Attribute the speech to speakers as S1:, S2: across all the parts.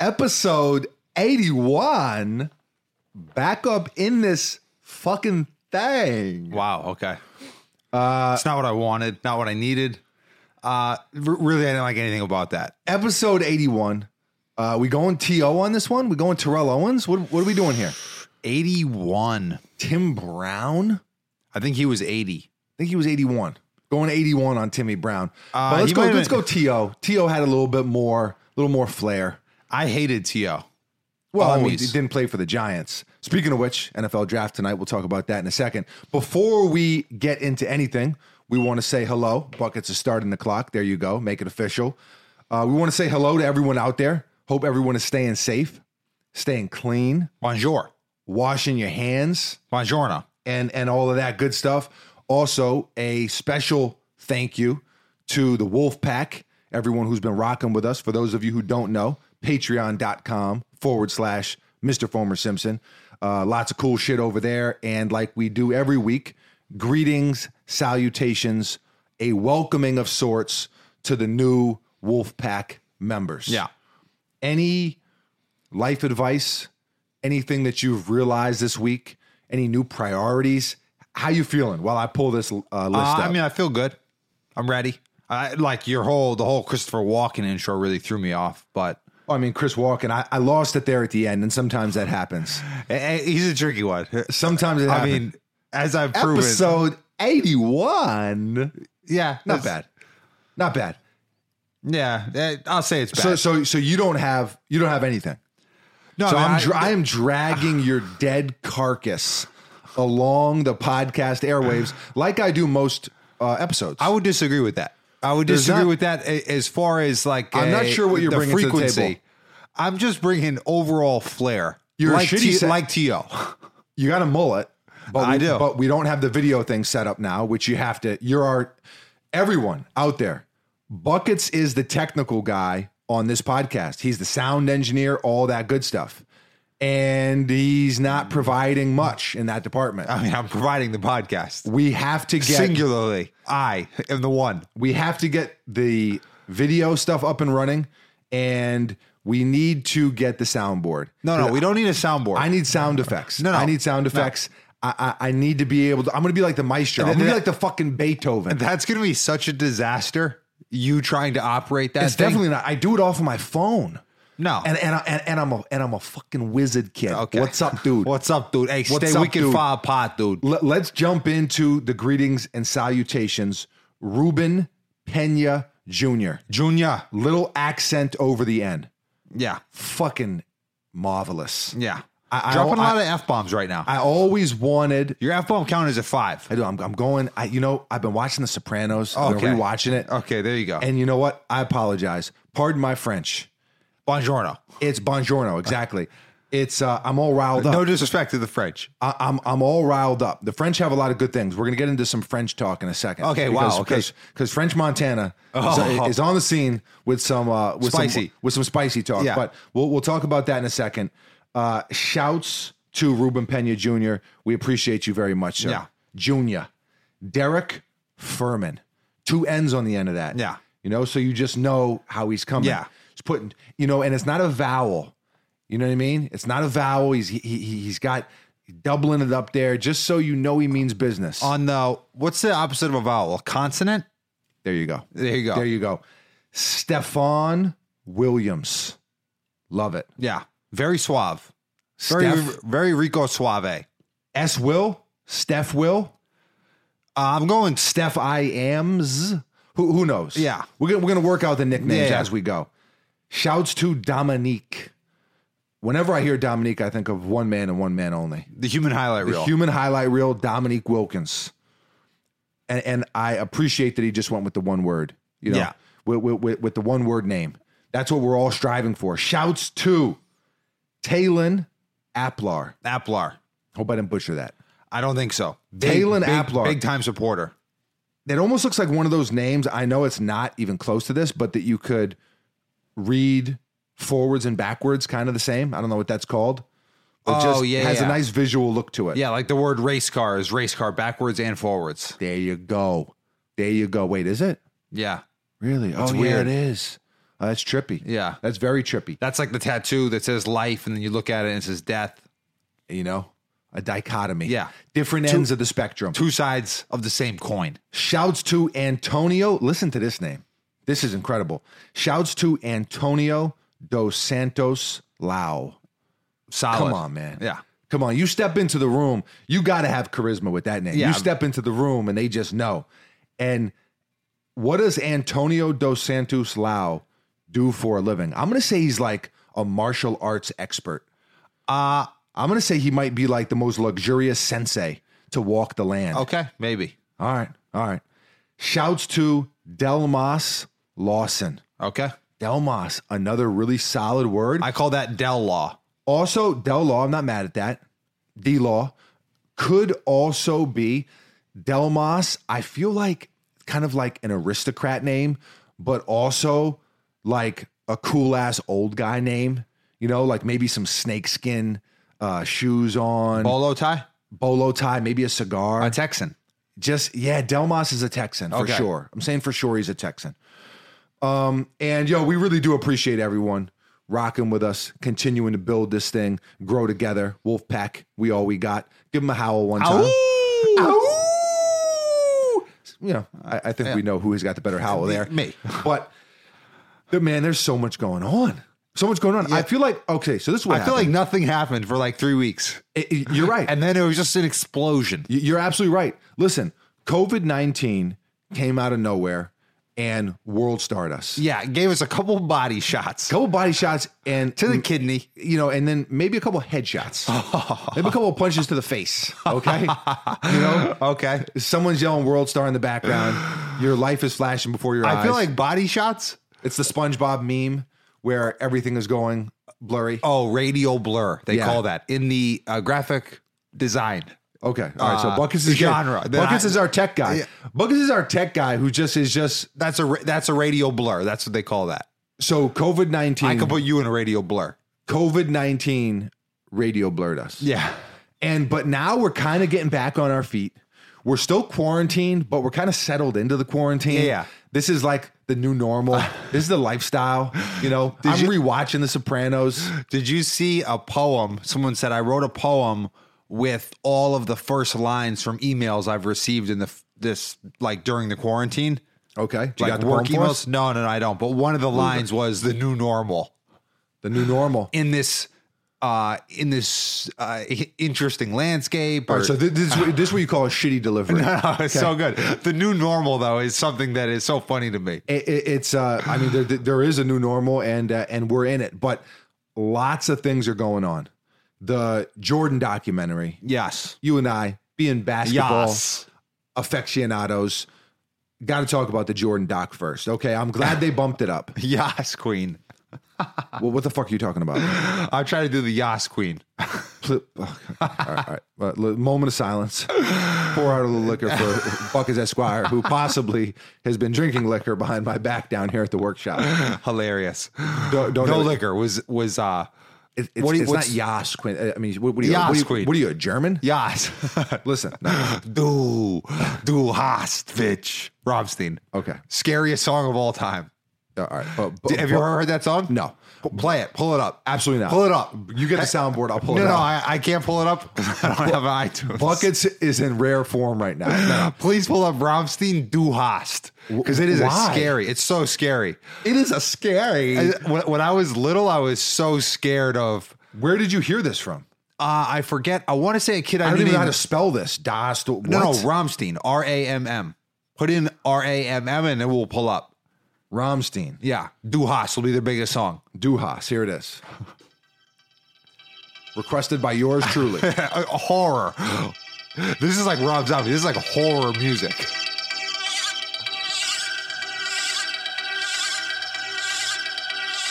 S1: episode 81 back up in this fucking thing.
S2: Wow. Okay.
S1: Uh,
S2: it's not what I wanted. Not what I needed. Uh, r- really, I didn't like anything about that.
S1: Episode 81. Uh, we going TO on this one? We going Terrell Owens? What, what are we doing here?
S2: Eighty-one.
S1: Tim Brown? I
S2: I think he was eighty.
S1: think he was 81. Going 81 on Timmy Brown.
S2: Uh,
S1: but let's
S2: he
S1: go,
S2: might have
S1: let's go
S2: been-
S1: TO. TO had a little bit more, a little more flair.
S2: I hated T.O.
S1: Well, I mean, he
S2: Always.
S1: didn't play for the Giants. Speaking of which, NFL draft tonight, we'll talk about that in a second. Before we get into anything, we want to say hello. Buckets are starting the clock. There you go. Make it official. Uh, we want to say hello to everyone out there. Hope everyone is staying safe, staying clean,
S2: Bonjour.
S1: washing your hands,
S2: Buongiorno.
S1: and and all of that good stuff. Also, a special thank you to the Wolf Pack, everyone who's been rocking with us. For those of you who don't know, patreon.com forward slash Mr. Fomer Simpson. Uh, lots of cool shit over there. And like we do every week, greetings, salutations, a welcoming of sorts to the new Wolf Pack members
S2: Yeah.
S1: any life advice, anything that you've realized this week, any new priorities? How you feeling while I pull this uh, list
S2: Uh,
S1: up?
S2: I mean, I feel good. I'm ready. I, like your whole the whole Christopher Walken intro really threw me off, but
S1: Oh, I mean, Chris Walken, I, I lost it there at the end, and sometimes that happens.
S2: eh, eh, he's a tricky one.
S1: Sometimes it
S2: I
S1: happens.
S2: mean, as I've proven,
S1: episode 81.
S2: yeah,
S1: Not
S2: it's-
S1: bad. Not bad.
S2: Yeah, eh, I'll say it's bad.
S1: So, so, so you don't have you don't have anything.
S2: no,
S1: So
S2: Oh, I mean,
S1: I'm
S2: I-
S1: dra- I am dragging your dead carcass along the podcast airwaves like I do most uh, episodes.
S2: I would disagree with that. I would
S1: There's
S2: disagree
S1: not-
S2: with that a- as far as like
S1: I'm not
S2: a-
S1: sure what you're
S2: the
S1: bringing to the
S2: frequency.
S1: table.
S2: I'm just bringing overall flair.
S1: You're a
S2: like
S1: shitty
S2: T-
S1: sa-
S2: like To.
S1: you got a mullet, but
S2: I
S1: we,
S2: do.
S1: But we don't have the video thing set up now, which you have to. You're our everyone out there. Buckets is the technical guy on this podcast. He's the sound engineer, all that good stuff, and he's not providing much in that department.
S2: I mean, I'm providing the podcast
S1: We have to get
S2: singularly. I am the one.
S1: we have to get the video stuff up and running, and we need to get the soundboard.
S2: No, no, we don't need a soundboard.
S1: I need sound effects.
S2: No, no.
S1: I need sound effects. I, I I need to be able to. I'm going to be like the maestro. I'm going to be
S2: that-
S1: like the fucking Beethoven.
S2: That's going to be such a disaster. You trying to operate that?
S1: That's
S2: thing.
S1: definitely not. I do it off of my phone.
S2: no.
S1: And and I, and, and I'm a and I'm a fucking wizard kid.
S2: okay.
S1: What's up, dude?
S2: What's up, dude? Hey,
S1: What's
S2: stay
S1: up,
S2: wicked
S1: dude?
S2: far apart, dude.
S1: Let- let's jump into the greetings and salutations. Ruben Pena Jr.
S2: Junior.
S1: Little accent over the end.
S2: Yeah,
S1: Fucking marvelous.
S2: yeah.
S1: I- I-
S2: Dropping a
S1: I-
S2: lot of f bombs right now.
S1: I always wanted
S2: Your f bomb count is a five.
S1: I do. I'm, I'm going. I, you know, I've been watching The Sopranos. I've
S2: Oh, Okay.
S1: been rewatching it.
S2: Okay, there you go.
S1: And you know what? I apologize. Pardon my French.
S2: Buongiorno.
S1: It's bonjourno. Exactly. It's uh, I'm all riled up.
S2: No disrespect to the French.
S1: I, I'm I'm all riled up. The French have a lot of good things. We're gonna get into some French talk in a second.
S2: Okay, wow, okay.
S1: Because French Montana
S2: Oh.
S1: is, is on the scene with some uh, with some
S2: Spicy.
S1: with some spicy talk.
S2: Yeah.
S1: But we'll we'll talk about that in a second. Uh, shouts to Ruben Pena Jr. We appreciate you very much, sir.
S2: Yeah.
S1: Junior, Derek Furman, two N's on the end of that.
S2: Yeah.
S1: you know, so you just know how he's coming.
S2: Yeah.
S1: he's putting you know, and it's not a vowel. You know what I mean? It's not a vowel. He's he, he he's got doubling it up there just so you know he means business.
S2: On the what's the opposite of a vowel? A consonant?
S1: there you go.
S2: There you go.
S1: There you go. Stefan Williams. Love it.
S2: yeah. Very suave. Very
S1: Steph
S2: very Rico Suave. Uh,
S1: S Will. Steph Will.
S2: I'm going
S1: Steph I Ams. Who who knows?
S2: Yeah.
S1: We're gonna we're gonna work out the nicknames
S2: Yeah.
S1: as we go. Shouts to Dominique. Whenever I hear Dominique, I think of one man and one man only.
S2: the human highlight reel.
S1: Human highlight reel, Dominique Wilkins. And and I appreciate that he just went with the one word, you know,
S2: Yeah.
S1: with, with, with, with the one word name. That's what we're all striving for. Shouts to Talon Aplar.
S2: Applar.
S1: Hope I didn't butcher that.
S2: I don't think so.
S1: Dalen
S2: big,
S1: Applar.
S2: Big time supporter.
S1: It almost looks like one of those names. I know it's not even close to this, but that you could read forwards and backwards, kind of the same. I don't know what that's called. But
S2: Oh,
S1: just
S2: yeah,
S1: has a
S2: yeah.
S1: nice visual look to it.
S2: Yeah, like the word race car is race car backwards and forwards.
S1: There you go. There you go. Wait, is it?
S2: Yeah.
S1: Really?
S2: That's
S1: oh, yeah,
S2: weird.
S1: it is. Uh, that's trippy.
S2: Yeah.
S1: That's very trippy.
S2: That's like the tattoo that says life, and then you look at it and it says death.
S1: You know, a dichotomy.
S2: Yeah.
S1: Different ends of the spectrum.
S2: Two sides of the same coin.
S1: Shouts to Antonio. Listen to this name. This is incredible. Shouts to Antonio dos Santos Lau.
S2: Solid.
S1: Come on, man.
S2: Yeah.
S1: Come on. You step into the room, you got to have charisma with that name.
S2: Yeah.
S1: You step into the room and they just know. And what does Antonio dos Santos Lau do for a living? I'm going to say he's like a martial arts expert.
S2: Uh,
S1: I'm going to say he might be like the most luxurious sensei to walk the land.
S2: okay. Maybe.
S1: All right. All right. Shouts to Delmas Lawson.
S2: Okay.
S1: Delmas, another really solid word.
S2: I call that Dell Law.
S1: Also, Del Law, I'm not mad at that. D Law could also be Delmas. I feel like kind of like an aristocrat name, but also like a cool ass old guy name. You know, like maybe some snakeskin uh, shoes on,
S2: Bolo tie?
S1: bolo tie, maybe a cigar.
S2: A Texan.
S1: Just yeah, Delmas is a Texan for
S2: Okay.
S1: sure. I'm saying for sure he's a Texan. Um, and yo, we really do appreciate everyone rocking with us, continuing to build this thing, grow together. Wolfpack, we all we got. Give them a howl one time. Ow! You know, I, I think we know who has got the better howl there.
S2: Me.
S1: But the man, there's so much going on. So much going on. I feel like okay. So this is what
S2: I feel like nothing happened for like three weeks.
S1: like you're right.
S2: And then it was just an explosion.
S1: Y- You're absolutely right. Listen, COVID 19 came out of nowhere and world starred us.
S2: Yeah. It gave us a couple body shots
S1: Couple body shots and
S2: to the kidney.
S1: you know, and then maybe a couple headshots, maybe a couple punches to the face. Okay, you know,
S2: Okay.
S1: someone's yelling "World Star" in the background. Your life is flashing before your eyes.
S2: I feel like body shots.
S1: it's the SpongeBob meme where everything is going blurry.
S2: Oh, radial blur. They
S1: Yeah.
S2: call that in the uh, graphic design.
S1: Okay, all right. So
S2: Uh,
S1: Buckets is good.
S2: genre. Then
S1: Buckets
S2: I-
S1: is our tech guy.
S2: Yeah.
S1: Buckets is our tech guy who just is just
S2: That's a ra- that's a radial blur. That's what they call that.
S1: so COVID nineteen.
S2: I could put you in a radial blur.
S1: COVID 19 radio blurred us.
S2: Yeah.
S1: And but now we're kind of getting back on our feet. We're still quarantined, but we're kind of settled into the quarantine.
S2: Yeah.
S1: This is like the new normal. this is the lifestyle. You know, I'm
S2: you-
S1: rewatching The Sopranos.
S2: Did you see a poem? Someone said I wrote a poem with all of the first lines from emails I've received in the f- this like during the quarantine.
S1: Okay. Do
S2: like
S1: got the poem
S2: work
S1: for
S2: emails?
S1: us?
S2: No, no, no, I don't. But one of the lines was the new normal
S1: The new normal.
S2: in this uh in this uh i- interesting landscape.
S1: All
S2: or-
S1: right. Oh, So this, this, is what- this is what you call a shitty delivery.
S2: it's so good. The new normal though is something that is so funny to me.
S1: it, it- it's uh i mean there, there is a new normal and uh, and we're in it but lots of things are going on the jordan documentary
S2: Yes.
S1: you and i being basketball
S2: Yes.
S1: aficionados got to talk about the jordan doc first okay i'm glad they bumped it up
S2: Yas Queen.
S1: well, what the fuck are you talking about
S2: I'm trying to do the Yas Queen.
S1: Pl- oh, God. all right, all right. Uh, li- moment of silence pour out a little liquor for buckets esquire who possibly has been drinking liquor behind my back down here at the workshop
S2: Hilarious.
S1: don't, don't
S2: No
S1: ever-
S2: liquor was was uh
S1: It, it's
S2: What do you-
S1: it's
S2: what's-
S1: not Yas Queen. I mean, what, what are you?
S2: Yas
S1: what, are you
S2: Queen.
S1: what are you? A German?
S2: Yas.
S1: Listen. no.
S2: du du hast bitch. Robstein.
S1: Okay. Uh,
S2: Scariest song of all time.
S1: All right. But, but,
S2: Have you ever heard that song?
S1: No.
S2: P- Play it. Pull it up.
S1: Absolutely not.
S2: Pull it up.
S1: You get the soundboard. I'll pull
S2: no,
S1: it
S2: no,
S1: up.
S2: I, I can't pull it up because I don't have an iTunes.
S1: Buckets is in rare form right now. No.
S2: Please pull up Romstein Du Hast because it is a
S1: Why?
S2: scary. It's so scary.
S1: It is a scary.
S2: I- When, when I was little, I was so scared of.
S1: Where did you hear this from?
S2: Uh, I forget. I want to say a kid I,
S1: I don't
S2: knew
S1: even know how to
S2: named-
S1: spell this. Das. No,
S2: No, no, Romstein. R A M M. Put in R A M M and it will pull up.
S1: Rammstein.
S2: Yeah, Du Hast will be the biggest song.
S1: Duhas. Here it is. Requested by yours truly.
S2: A- a horror. This is like Rob Zombie. This is like horror music.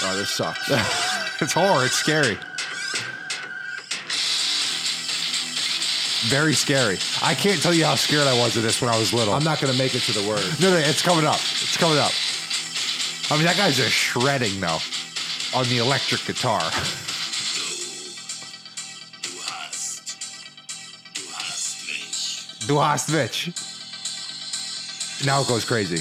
S1: oh, this sucks.
S2: It's horror. It's scary. Very scary. I can't tell you how scared I was of this when I was little.
S1: I'm not going to make it to the word.
S2: No, no, it's coming up. It's coming up. I mean, that guy's just shredding though on the electric guitar.
S3: Du hast, du hast mich,
S2: Du hast Vich. Now it goes crazy.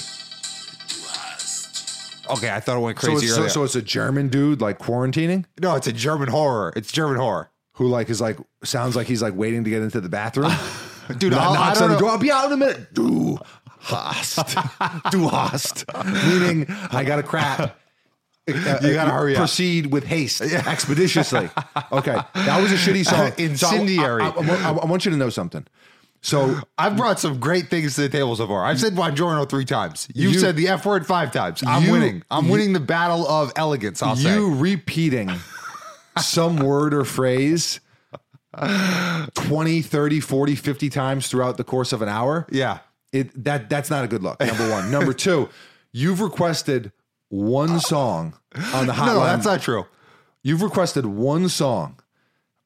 S3: du hast,
S2: Okay, I thought it went
S1: So
S2: crazy
S1: it's, so,
S2: earlier.
S1: so it's a German dude like quarantining
S2: no, it's a German horror. It's German horror.
S1: who like is like sounds like he's like waiting to get into the bathroom.
S2: Dude,
S1: Knock-
S2: I'll, I
S1: knocks on
S2: don't
S1: the
S2: know.
S1: door. I'll be out in a minute. Du hast, du hast, meaning I got to crap. You
S2: gotta hurry up.
S1: Proceed with haste, expeditiously. Okay, that was a shitty song. So I-
S2: Incendiary.
S1: I, I- I- I want you to know something. So
S2: I've brought some great things to the table so far. I've said Buongiorno three times. You've
S1: You-
S2: said the F word five times. I'm
S1: You-
S2: winning. I'm
S1: you-
S2: winning the battle of elegance, I'll
S1: you
S2: say.
S1: repeating some word or phrase 20 30 40 50 times throughout the course of an hour
S2: Yeah.
S1: it that that's not a good look number one number two you've requested one song on the hotline
S2: No, that's not true.
S1: you've requested one song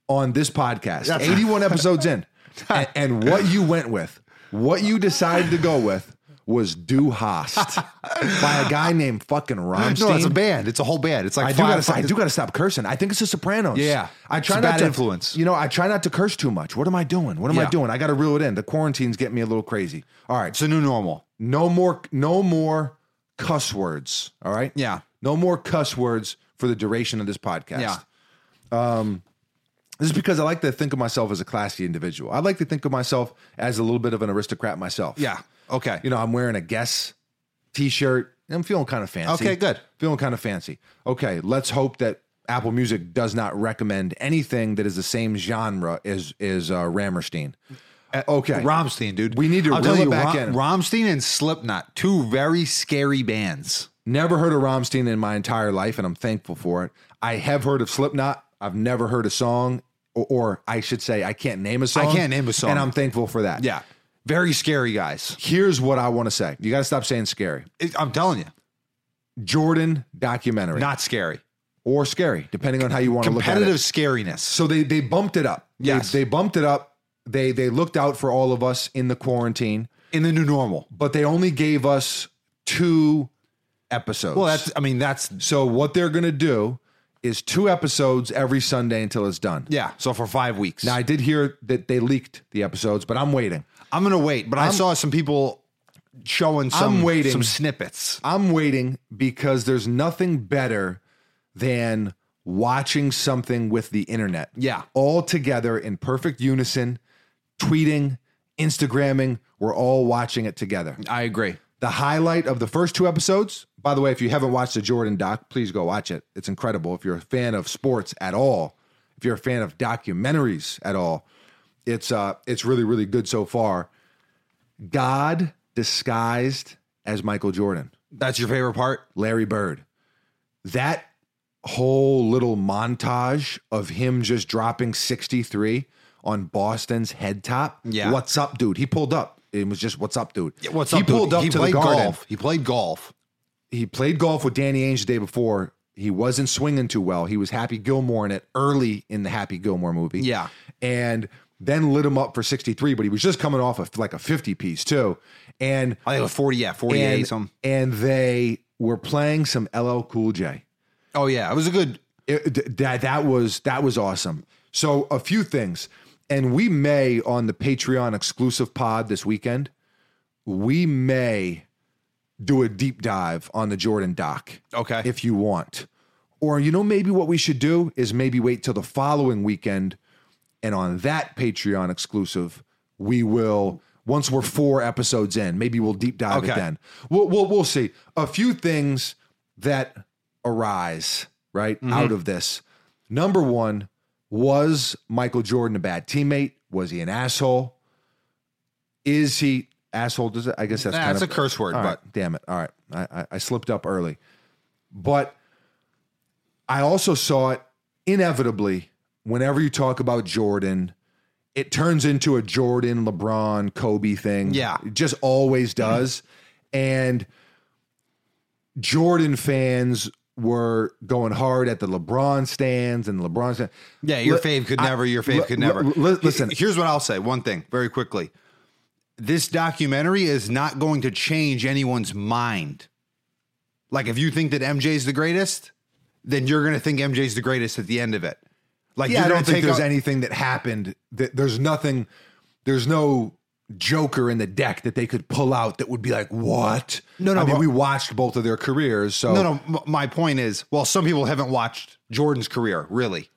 S1: on this podcast
S2: That's-
S1: 81 episodes in and, and what you went with what you decided to go with was Du Hast by a guy named fucking Rammstein.
S2: No, it's a band. It's a whole band. It's like
S1: I do
S2: five-
S1: gotta. I do gotta stop cursing. I think it's the Sopranos.
S2: Yeah.
S1: I try
S2: It's
S1: not
S2: a bad
S1: to
S2: influence.
S1: You know, I try not to curse too much. What am I doing? What am I
S2: Yeah.
S1: doing? I gotta reel it in. The quarantine's getting me a little crazy. All right,
S2: It's a new normal.
S1: no more, no more cuss words. All right,
S2: Yeah.
S1: no more cuss words for the duration of this podcast. Um,
S2: Yeah.
S1: This is because I like to think of myself as a classy individual. I like to think of myself as a little bit of an aristocrat myself.
S2: Yeah. Okay.
S1: You know, I'm wearing a guess t-shirt. I'm feeling kind of fancy.
S2: Okay, good.
S1: Feeling kind of fancy. Okay, let's hope that Apple Music does not recommend anything that is the same genre as is uh, Rammerstein.
S2: Uh,
S1: Okay,
S2: Rammstein, dude.
S1: We need to
S2: I'll tell
S1: reel
S2: you,
S1: it back
S2: Ra-
S1: in.
S2: Rammstein and Slipknot, two very scary bands.
S1: never heard of Rammstein in my entire life, and I'm thankful for it. I have heard of Slipknot. I've never heard a song, or, or I should say, I can't name a song.
S2: can't name a song.
S1: and I'm thankful for that.
S2: Yeah. Very scary guys.
S1: Here's what I want to say. You got to stop saying scary.
S2: It- I'm telling you,
S1: Jordan documentary
S2: not scary.
S1: or scary, depending on how you want to look at it.
S2: Competitive scariness.
S1: So they they bumped it up. They-
S2: Yes.
S1: they, bumped it up. They they looked out for all of us in the quarantine,
S2: In the new normal.
S1: but they only gave us two episodes.
S2: Well, that's, I mean, that's,
S1: so what they're gonna do is two episodes every Sunday until it's done.
S2: yeah. So for five weeks.
S1: Now I did hear that they leaked the episodes, but I'm waiting.
S2: I'm gonna wait, but i saw some people showing some
S1: I'm waiting.
S2: some snippets.
S1: I'm waiting because there's nothing better than watching something with the internet.
S2: Yeah.
S1: All together in perfect unison, tweeting, Instagramming, we're all watching it together.
S2: I agree.
S1: The highlight of the first two episodes, by the way, if you haven't watched the Jordan doc, please go watch it. It's incredible. If you're a fan of sports at all, if you're a fan of documentaries at all, it's uh it's really really good so far. God disguised as Michael Jordan.
S2: That's your favorite part.
S1: Larry Bird. That whole little montage of him just dropping 63 on Boston's head top.
S2: Yeah.
S1: What's up, dude? He pulled up. It was just what's up, dude.
S2: What's
S1: he
S2: up? dude?
S1: pulled up
S2: he
S1: to the
S2: played
S1: garden.
S2: golf. He played golf.
S1: He played golf with Danny Ainge the day before. He wasn't swinging too well. He was Happy Gilmore in it early in the Happy Gilmore movie.
S2: Yeah.
S1: And then lit him up for 63, but he was just coming off of like a 50 piece too. And
S2: I think it was forty. Yeah, forty eight.
S1: and,
S2: Some.
S1: and they were playing some LL Cool J.
S2: Oh yeah, it was a good.
S1: It- th- that that was that was awesome. So a few things, and we may on the Patreon exclusive pod this weekend, we may do a deep dive on the Jordan doc
S2: Okay.
S1: if you want, or you know maybe what we should do is maybe wait till the following weekend, and on that Patreon exclusive we will. Once we're four episodes in, maybe we'll deep dive it
S2: Okay.
S1: then. We'll, we'll we'll see a few things that arise, right,
S2: Mm-hmm.
S1: out of this. Number one, was Michael Jordan a bad teammate? Was he an asshole? Is he asshole? Does it, I guess that's
S2: Nah,
S1: kind
S2: it's
S1: of
S2: a curse word,
S1: All right,
S2: but
S1: damn it! All right, I, I, I slipped up early, but I also saw it inevitably. Whenever you talk about Jordan, it turns into a Jordan, LeBron, Kobe thing.
S2: Yeah.
S1: it just always does, and. Jordan fans were going hard at the LeBron stands and LeBron stands.
S2: yeah, your
S1: Li-
S2: fave could
S1: I-
S2: never. Your fave
S1: li-
S2: could never.
S1: li- li- listen.
S2: H- here's what I'll say. One thing, very quickly. This documentary is not going to change anyone's mind. Like, if you think that MJ's the greatest, then you're going to think MJ's the greatest at the end of it. Like,
S1: Yeah, I
S2: you're
S1: don't
S2: gonna
S1: think
S2: take
S1: there's
S2: out-
S1: anything that happened. That there's nothing. There's no joker in the deck that they could pull out that would be like, what?
S2: No, no,
S1: I mean,
S2: but-
S1: we watched both of their careers, so
S2: No, no. m- My point is, well, some people haven't watched Jordan's career really.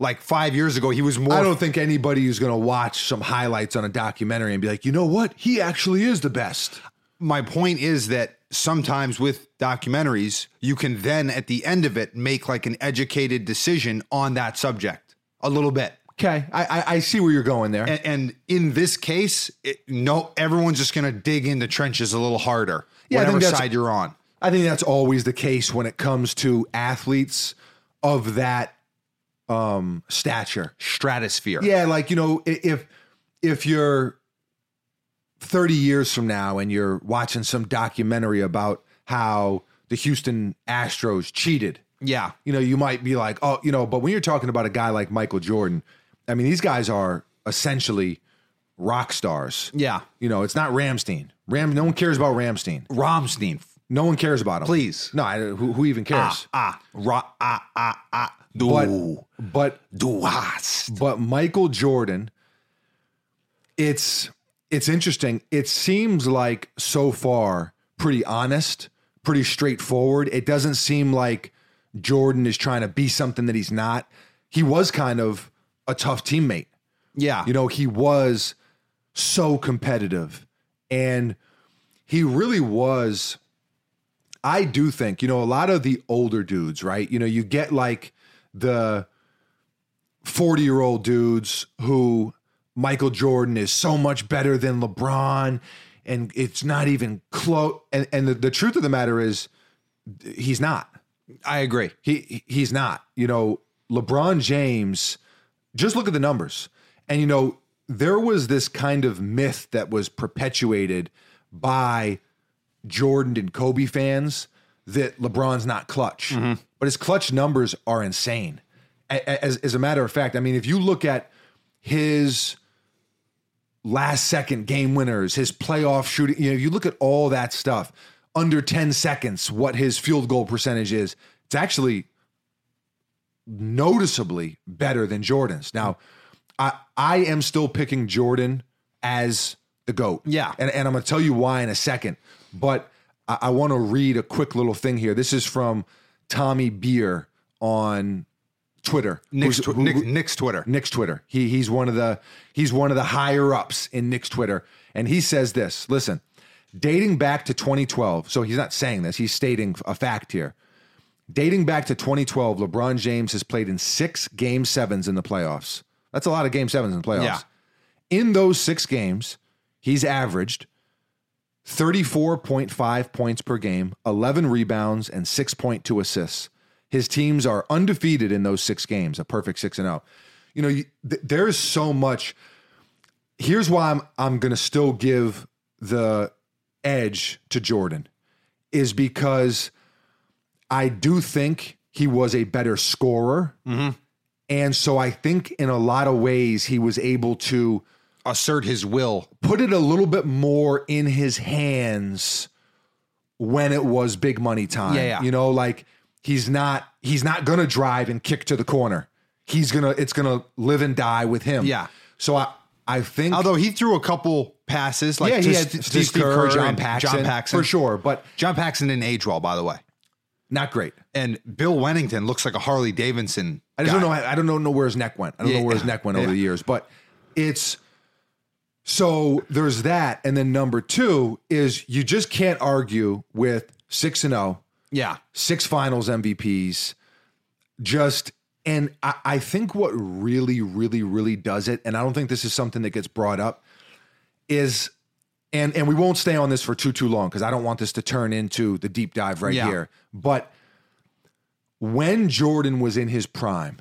S2: Like five years ago, he was more.
S1: I don't think anybody is going to watch some highlights on a documentary and be like, you know what? He actually is the best.
S2: my point is that sometimes with documentaries, you can then at the end of it make like an educated decision on that subject a little bit.
S1: Okay, I, I, I see where you're going there.
S2: And, and in this case, it, no, everyone's just going to dig into trenches a little harder,
S1: Yeah, I think
S2: whatever
S1: that's-
S2: side you're on.
S1: I think that's always the case when it comes to athletes of that um, stature.
S2: Stratosphere.
S1: Yeah, like you know, i- if if you're 30 years from now and you're watching some documentary about how the Houston Astros cheated,
S2: Yeah.
S1: you know, you might be like, oh, you know, but when you're talking about a guy like Michael Jordan, I mean, these guys are essentially rock stars.
S2: Yeah.
S1: You know, it's not Ramstein. Ram, no one cares about Ramstein.
S2: Romstein.
S1: No one cares about him.
S2: Please.
S1: no, I, who, who even cares?
S2: Ah, ra, ah, ah, ah.
S1: but
S2: Do,
S1: but
S2: do, hast.
S1: but Michael Jordan, it's it's interesting. It seems like so far pretty honest, pretty straightforward. It doesn't seem like Jordan is trying to be something that he's not. He was kind of a tough teammate.
S2: Yeah.
S1: You know, he was so competitive and he really was. I do think, you know, a lot of the older dudes, right? You know, you get like the 40 year old dudes who Michael Jordan is so much better than LeBron and it's not even close. And, and the, the truth of the matter is, he's not
S2: I agree.
S1: he he's not. You know, LeBron James. Just look at the numbers, and you know there was this kind of myth that was perpetuated by Jordan and Kobe fans that LeBron's not clutch, but his clutch numbers are insane. A- a- As, as a matter of fact, I mean, if you look at his last second game winners, his playoff shooting. You know, you look at all that stuff under 10 seconds, what his field goal percentage is. It's actually noticeably better than Jordan's. Now, I I am still picking Jordan as the GOAT.
S2: Yeah.
S1: And, and I'm gonna tell you why in a second. But I, I want to read a quick little thing here. This is from Tommy Beer on Twitter.
S2: Nick's,
S1: who's-
S2: tw-
S1: who-
S2: Nick, Nick's Twitter.
S1: Nick's Twitter. He he's one of the he's one of the higher ups in Nick's Twitter, and he says this. Listen, dating back to 2012. So he's not saying this. He's stating a fact here. Dating back to 2012, LeBron James has played in six game sevens in the playoffs. That's a lot of game sevens in the playoffs.
S2: Yeah.
S1: In those six games, he's averaged 34.5 points per game, 11 rebounds, and 6.2 assists. His teams are undefeated in those six games, a perfect 6 and 0. You know, you, th- there is so much. Here's why I'm I'm going to still give the edge to Jordan is because I do think he was a better scorer. And so I think in a lot of ways he was able to
S2: Assert his will.
S1: put it a little bit more in his hands when it was big money time.
S2: Yeah, yeah.
S1: You know, like he's not he's not gonna drive and kick to the corner. He's gonna it's gonna live and die with him.
S2: Yeah.
S1: So I I think
S2: Although he threw a couple passes, like
S1: yeah,
S2: to
S1: he
S2: S-
S1: had
S2: to
S1: Steve, Kerr, John
S2: and
S1: Paxson,
S2: John Paxson.
S1: for sure, but
S2: John Paxson didn't age well, by the way.
S1: not great.
S2: And Bill Wennington looks like a Harley Davidson.
S1: I just
S2: guy.
S1: don't know. I, I don't know where his neck went. I don't
S2: Yeah.
S1: know where his neck went over
S2: Yeah.
S1: the years, but it's so there's that, and then number two is you just can't argue with six and oh zero,
S2: Yeah.
S1: six Finals MVPs, just and I, I think what really, really, really does it, and I don't think this is something that gets brought up, is and and we won't stay on this for too too long because I don't want this to turn into the deep dive right
S2: Yeah.
S1: here, but when Jordan was in his prime,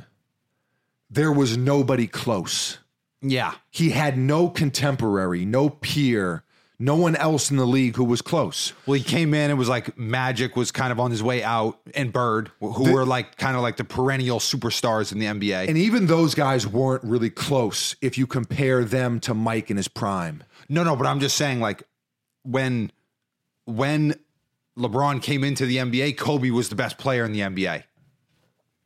S1: there was nobody close.
S2: Yeah.
S1: He had no contemporary, no peer, no one else in the league who was close.
S2: Well, he came in. It was like Magic was kind of on his way out, and Bird, who were like kind of like the perennial superstars in the NBA.
S1: And even those guys weren't really close if you compare them to Mike in his prime.
S2: No, no, but I'm just saying, like, when when LeBron came into the NBA, Kobe was the best player in the NBA.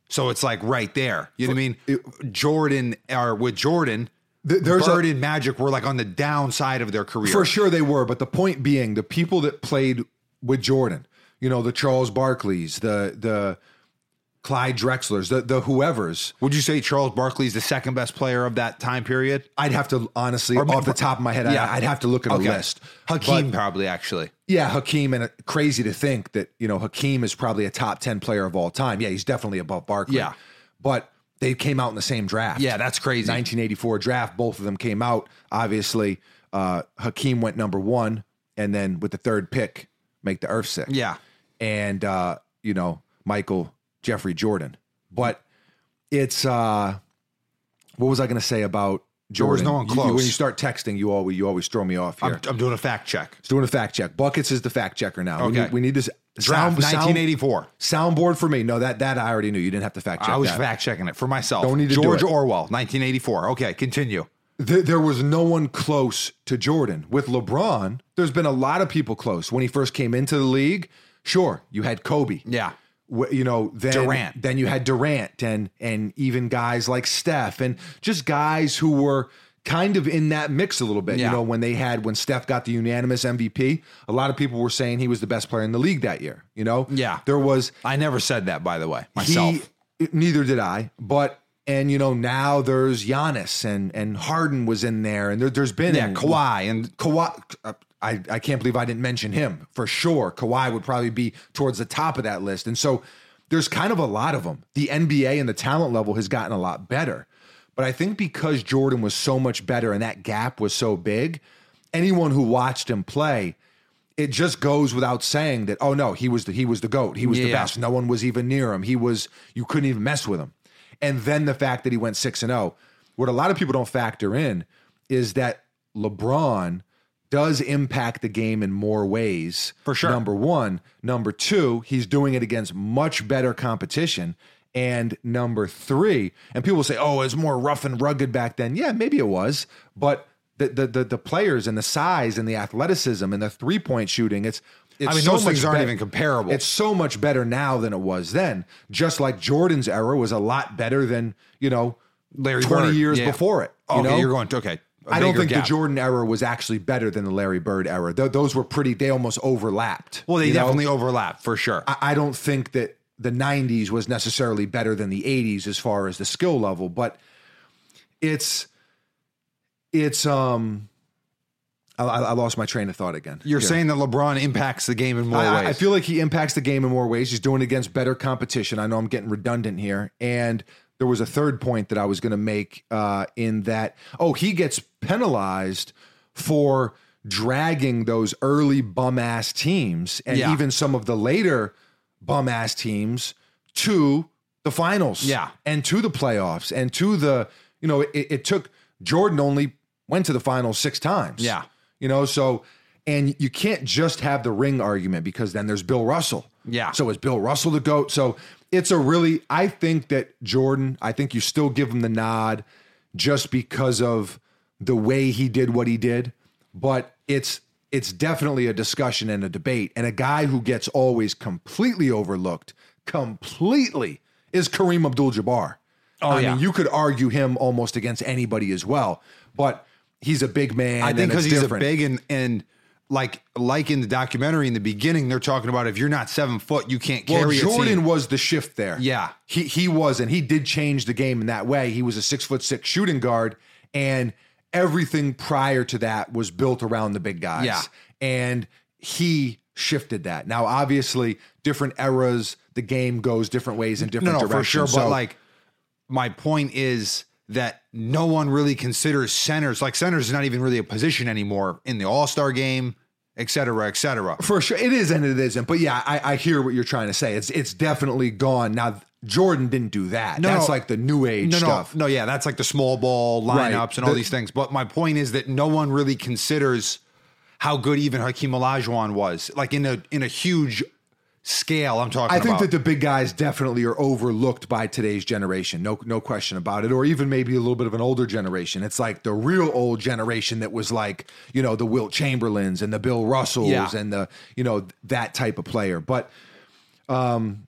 S2: So it's like right there. You know what I mean? Jordan or with Jordan,
S1: Th- there's a-
S2: Bird and Magic were like on the downside of their career.
S1: For sure they were, but the point being, the people that played with Jordan, you know, the Charles Barkleys, the the Clyde Drexlers, the the whoever's,
S2: Would you say Charles Barkley's the second best player of that time period?
S1: I'd have to honestly,
S2: Or-
S1: off the top of my head,
S2: Yeah.
S1: I, would have to look at
S2: Okay.
S1: a list.
S2: Hakeem
S1: But-
S2: probably actually.
S1: yeah, Hakeem, and uh, crazy to think that you know Hakeem is probably a top ten player of all time. Yeah, he's definitely above Barkley.
S2: Yeah.
S1: but they came out in the same draft.
S2: Yeah, that's crazy.
S1: 1984 draft. Both of them came out. Obviously, uh, Hakeem went number one, and then with the third pick, make the earth sick.
S2: Yeah.
S1: and uh, you know Michael Jeffrey Jordan. But it's uh, what was I going to say about
S2: was
S1: Jordan?
S2: no one
S1: You-
S2: close.
S1: when you start texting, you always you always throw me off here.
S2: I'm, I'm doing a fact check.
S1: It's doing a fact check. Buckets is the fact checker now. We
S2: Okay.
S1: need, we need this
S2: Draft 1984.
S1: sound, soundboard for me. No, that that I already knew. You didn't have to fact check.
S2: I was
S1: that.
S2: fact checking it for myself.
S1: Don't need to do
S2: George
S1: it.
S2: Orwell, 1984. Okay, continue.
S1: There, there was no one close to Jordan. With LeBron, there's been a lot of people close. When he first came into the league, sure, you had Kobe.
S2: Yeah.
S1: Wh- You know, then
S2: Durant.
S1: Then you had Durant and and even guys like Steph and just guys who were kind of in that mix a little bit.
S2: Yeah.
S1: You know, when they had when Steph got the unanimous MVP, a lot of people were saying he was the best player in the league that year. You know?
S2: Yeah.
S1: There was
S2: I never said that, by the way, myself.
S1: he, neither did I. But and you know now there's Giannis and and Harden was in there, and there, there's been
S2: yeah,
S1: and
S2: Kawhi and
S1: Kawhi. uh, I, I can't believe I didn't mention him for sure. Kawhi would probably be towards the top of that list. And so there's kind of a lot of them. The NBA and the talent level has gotten a lot better. But I think because Jordan was so much better and that gap was so big, anyone who watched him play, it just goes without saying that oh no, he was the he was the goat. He was the
S2: Yeah.
S1: best. No one was even near him. He was you couldn't even mess with him. And then the fact that he went 6 and 0. What a lot of people don't factor in is that LeBron does impact the game in more ways.
S2: For sure.
S1: Number 1, number 2, he's doing it against much better competition. And number three, and people say, "Oh, it's more rough and rugged back then." Yeah, maybe it was, but the the the, the players and the size and the athleticism and the three point shooting, it's it's
S2: I mean,
S1: so
S2: those
S1: much
S2: things aren't
S1: bet-
S2: even comparable.
S1: It's so much better now than it was then. Just like Jordan's era was a lot better than you know
S2: Larry
S1: twenty
S2: Bird.
S1: years
S2: Yeah.
S1: before it. You
S2: okay,
S1: know,
S2: you're going to okay. I
S1: I don't think the Jordan era was actually better than the Larry Bird era. Th- those were pretty. They almost overlapped.
S2: Well, they
S1: you know?
S2: definitely overlap for sure.
S1: I, I don't think that the 90s was necessarily better than the 80s as far as the skill level, but it's it's um I, I I lost my train of thought again.
S2: You're
S1: Here.
S2: saying that LeBron impacts the game in more
S1: I, I-
S2: ways.
S1: I feel like he impacts the game in more ways. He's doing it against better competition. I know I'm getting redundant here. And there was a third point that I was going to make uh, in that, oh, he gets penalized for dragging those early bum ass teams and
S2: Yeah.
S1: even some of the later bum ass teams to the finals
S2: Yeah.
S1: and to the playoffs and to the, you know, it, it took Jordan only went to the finals six times.
S2: Yeah.
S1: You know, so and you can't just have the ring argument because then there's Bill Russell.
S2: Yeah.
S1: So is Bill Russell the GOAT? So it's a really I think that Jordan, I think you still give him the nod just because of the way he did what he did, but it's it's definitely a discussion and a debate. And a guy who gets always completely overlooked, completely is Kareem Abdul Jabbar. Oh, I
S2: yeah.
S1: mean, you could argue him almost against anybody as well, but he's a big man.
S2: I think
S1: and it's
S2: because he's
S1: different.
S2: a big and and like like in the documentary in the beginning, they're talking about if you're not seven foot, you can't
S1: Well,
S2: carry a
S1: Jordan
S2: team.
S1: was the shift there.
S2: Yeah.
S1: he he was, and he did change the game in that way. He was a six foot six shooting guard, and everything prior to that was built around the big guys.
S2: Yeah.
S1: and he shifted that. Now, obviously, different eras, the game goes different ways in different
S2: no, no, for sure.
S1: directions.
S2: But
S1: So-
S2: like, my point is that no one really considers centers. Like centers is not even really a position anymore in the All Star game, et cetera, et cetera.
S1: for sure, it is and it isn't. But yeah, I, I hear what you're trying to say. It's it's definitely gone now. Jordan didn't do that.
S2: No,
S1: That's
S2: no.
S1: like the new age
S2: No,
S1: stuff.
S2: no, no. Yeah, that's like the small ball lineups
S1: Right.
S2: and all
S1: The-
S2: these things. But my point is that no one really considers how good even Hakeem Olajuwon was. Like in a in a huge scale, I'm talking.
S1: I think
S2: about.
S1: that the big guys definitely are overlooked by today's generation. No, no question about it. Or even maybe a little bit of an older generation. It's like the real old generation that was like, you know, the Wilt Chamberlains and the Bill Russells
S2: Yeah.
S1: and the, you know, that type of player. But um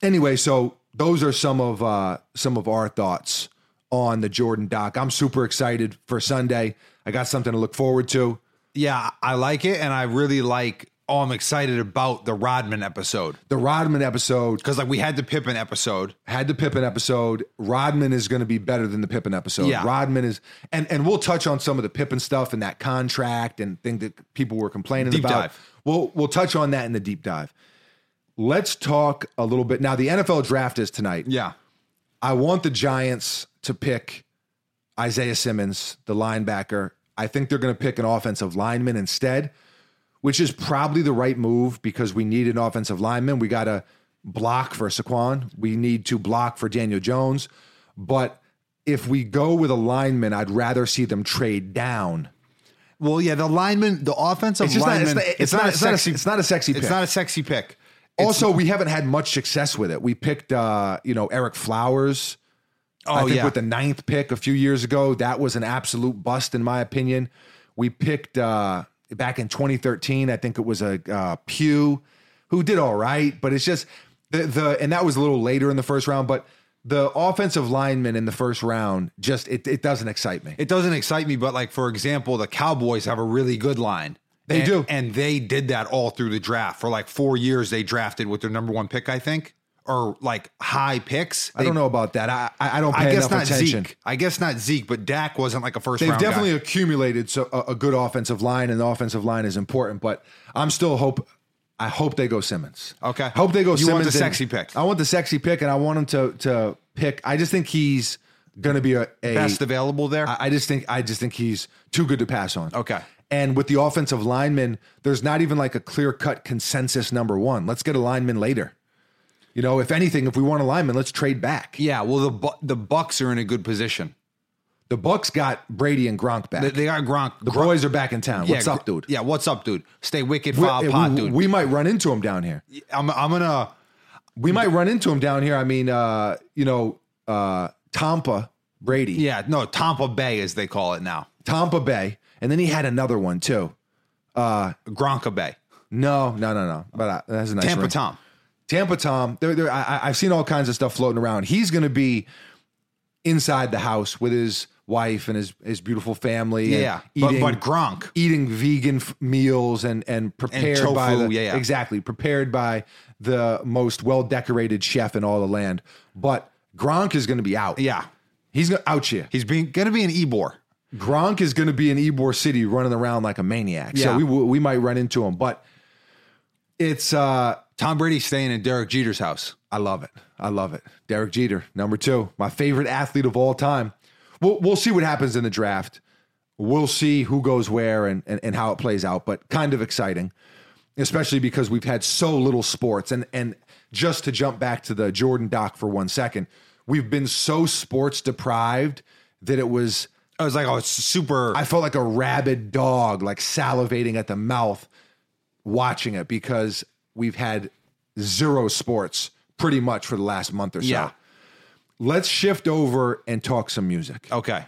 S1: anyway, so those are some of uh some of our thoughts on the Jordan doc. I'm super excited for Sunday. I got something to look forward to.
S2: Yeah, I like it, and I really like. Oh, I'm excited about the Rodman episode
S1: The Rodman episode
S2: because like we had the Pippen episode.
S1: had the Pippen episode. Rodman is going to be better than the Pippen episode.
S2: Yeah.
S1: Rodman is, and and we'll touch on some of the Pippen stuff and that contract and thing that people were complaining
S2: Deep
S1: about.
S2: dive.
S1: We'll we'll touch on that in the deep dive. Let's talk a little bit now. The NFL draft is tonight.
S2: Yeah,
S1: I want the Giants to pick Isaiah Simmons, the linebacker. I think they're going to pick an offensive lineman instead, which is probably the right move because we need an offensive lineman. We got to block for Saquon. We need to block for Daniel Jones. But if we go with a lineman, I'd rather see them trade down.
S2: Well, yeah, the lineman, the offensive
S1: It's just not, it's
S2: lineman.
S1: not, it's not, it's not, a, it's not a sexy pick.
S2: It's not a sexy pick. It's-
S1: also, we haven't had much success with it. We picked, uh, you know, Eric Flowers.
S2: oh
S1: I think
S2: yeah,
S1: with the ninth pick a few years ago, that was an absolute bust in my opinion. We picked uh, back in 2013. I think it was a uh, Pew who did all right, but it's just the the and that was a little later in the first round. But the offensive lineman in the first round just it it doesn't excite me.
S2: it doesn't excite me. But like for example, the Cowboys have a really good line.
S1: They
S2: And-
S1: do.
S2: and they did that all through the draft for like four years. They drafted with their number one pick, I think, or like high picks.
S1: I don't know about that. I I I don't pay
S2: I guess
S1: enough
S2: not
S1: attention.
S2: Zeke. I guess not Zeke, but Dak wasn't like a first.
S1: They've
S2: round guy.
S1: definitely accumulated so a, a good offensive line, and the offensive line is important. But I'm still hope. I hope they go Simmons.
S2: Okay.
S1: Hope they go
S2: You
S1: Simmons.
S2: want the
S1: and-
S2: sexy pick.
S1: I want the sexy pick, and I want him to to pick. I just think he's going to be a, a
S2: best available there.
S1: I I just think I just think he's too good to pass on.
S2: Okay.
S1: And with the offensive lineman, there's not even like a clear cut consensus number one. Let's get a lineman later. You know, if anything, if we want a lineman, let's trade back.
S2: yeah, well the Bu- the Bucks are in a good position.
S1: The Bucks got Brady and Gronk back.
S2: They, they got Gronk.
S1: the boys are back in town. What's
S2: yeah,
S1: up, dude?
S2: Yeah, what's up, dude? Stay wicked,
S1: We-
S2: foul
S1: we-
S2: pot,
S1: we,
S2: dude.
S1: we might run into him down here.
S2: I'm I'm gonna.
S1: We might run into him down here. I mean, uh, you know, uh, Tampa Brady,
S2: Yeah, no, Tampa Bay as they call it now,
S1: Tampa Bay, and then he had another one too.
S2: Gronka Bay,
S1: No, no, no, no. But uh, that's a nice
S2: Tampa
S1: ring.
S2: Tom.
S1: Tampa Tom. There, there. I, I- I've seen all kinds of stuff floating around. He's going to be inside the house with his wife and his his beautiful family. and
S2: Yeah,
S1: eating,
S2: but, but Gronk.
S1: eating vegan f- meals and and prepared
S2: tofu,
S1: by the
S2: yeah, yeah.
S1: exactly prepared by the most well decorated chef in all the land. But Gronk is going to be out.
S2: Yeah,
S1: he's going to out you.
S2: he's being gonna be an Ebor.
S1: Gronk is going to be in Ybor City running around like a maniac.
S2: Yeah.
S1: So we we might run into him, but it's uh
S2: Tom Brady's staying in Derek Jeter's house.
S1: I love it. I love it. Derek Jeter, number 2, my favorite athlete of all time. We'll we'll see what happens in the draft. We'll see who goes where and and, and how it plays out, but kind of exciting, especially because we've had so little sports and and just to jump back to the Jordan doc for 1 second. We've been so sports deprived that it was
S2: I was like, oh, it's super.
S1: I felt like a rabid dog, like salivating at the mouth watching it because we've had zero sports pretty much for the last month or so.
S2: Yeah.
S1: Let's shift over and talk some music.
S2: okay,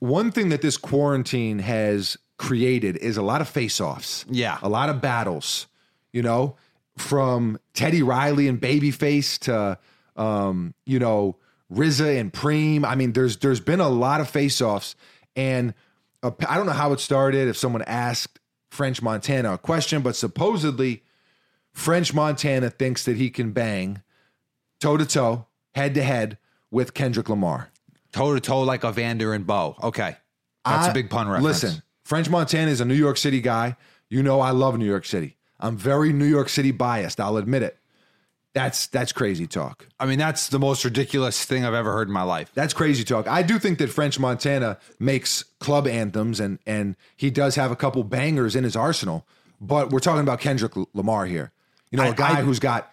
S1: One thing that this quarantine has created is a lot of face offs.
S2: Yeah.
S1: A lot of battles, you know, from Teddy Riley and Babyface to, um, you know, RZA and Preem. I mean, there's there's been a lot of face offs. And I I don't know how it started, if someone asked French Montana a question, but supposedly French Montana thinks that he can bang toe to toe, head to head with Kendrick Lamar.
S2: toe to toe like a Vander and Bo. Okay, that's a
S1: I-
S2: big pun reference.
S1: Listen, French Montana is a New York City guy. You know I love New York City. I'm very New York City biased. I'll admit it. That's that's crazy talk.
S2: I mean that's the most ridiculous thing I've ever heard in my life.
S1: That's crazy talk. I do think that French Montana makes club anthems and and he does have a couple bangers in his arsenal, but we're talking about Kendrick L- Lamar here. You know, a
S2: I-
S1: guy
S2: I-
S1: who's got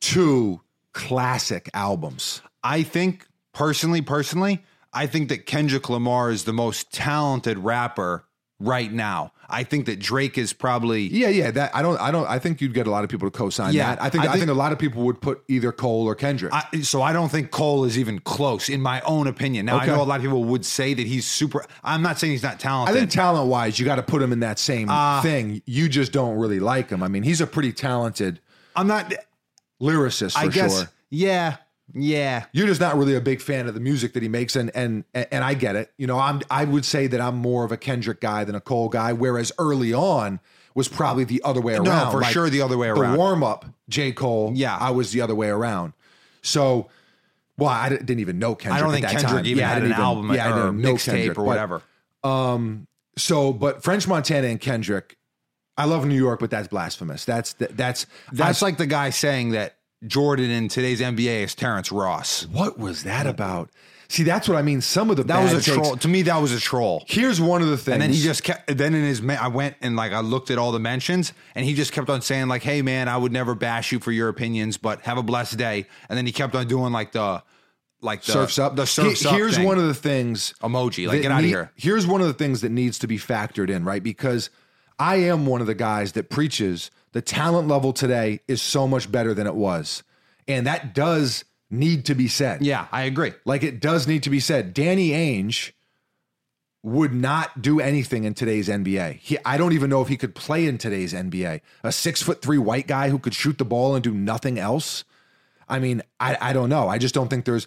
S1: two classic albums.
S2: I think personally, personally, I think that Kendrick Lamar is the most talented rapper right now. I think that Drake is probably
S1: Yeah, yeah. That I don't I don't I think you'd get a lot of people to co-sign
S2: Yeah,
S1: that. I think I
S2: I
S1: think,
S2: think-
S1: a lot of people would put either Cole or Kendrick.
S2: I, so I don't think Cole is even close in my own opinion. Now
S1: Okay.
S2: I know a lot of people would say that he's super I'm not saying he's not
S1: I
S2: talented.
S1: think talent wise, you got to put him in that same
S2: Uh,
S1: thing. You just don't really like him. I mean, he's a pretty talented
S2: I'm not
S1: lyricist for
S2: I guess
S1: sure.
S2: yeah, Yeah.
S1: you're just not really a big fan of the music that he makes and and and I get it. You know, I'm I would say that I'm more of a Kendrick guy than a Cole guy whereas early on was probably the other way around.
S2: for sure the other way around.
S1: The warm up J Cole,
S2: Yeah.
S1: I was the other way around. So well, I di- didn't even know Kendrick.
S2: I don't think
S1: at that
S2: Kendrick
S1: time.
S2: even
S1: Yeah, I
S2: had an
S1: didn't even-
S2: album
S1: yeah, I
S2: or
S1: didn't know
S2: mixtape
S1: Kendrick,
S2: or
S1: but-
S2: whatever.
S1: so, but French Montana and Kendrick, I love New York, but that's blasphemous. That's that's
S2: That's like the guy saying that Jordan in today's NBA is Terrence Ross.
S1: what was that about? See, that's what I mean. Some of the
S2: That was
S1: bad
S2: a
S1: takes-
S2: troll. To me, that was a troll.
S1: Here's one of the things.
S2: And then he just kept. Then in his, me- I went and like I looked at all the mentions, and he just kept on saying like, "Hey man, I would never bash you for your opinions, but have a blessed day." And then he kept on doing like the, like the,
S1: surfs up.
S2: the surfs
S1: He-
S2: up.
S1: Here's one of the things.
S2: emoji. Like
S1: that
S2: get out of
S1: need-
S2: here.
S1: Here's one of the things that needs to be factored in, right? Because I am one of the guys that preaches the talent level today is so much better than it was, and that does need to be said.
S2: Yeah, I agree.
S1: Like it does need to be said. Danny Ainge would not do anything in today's NBA. He, I don't even know if he could play in today's NBA. A six foot three white guy who could shoot the ball and do nothing else. I mean, I, I don't know. I just don't think there's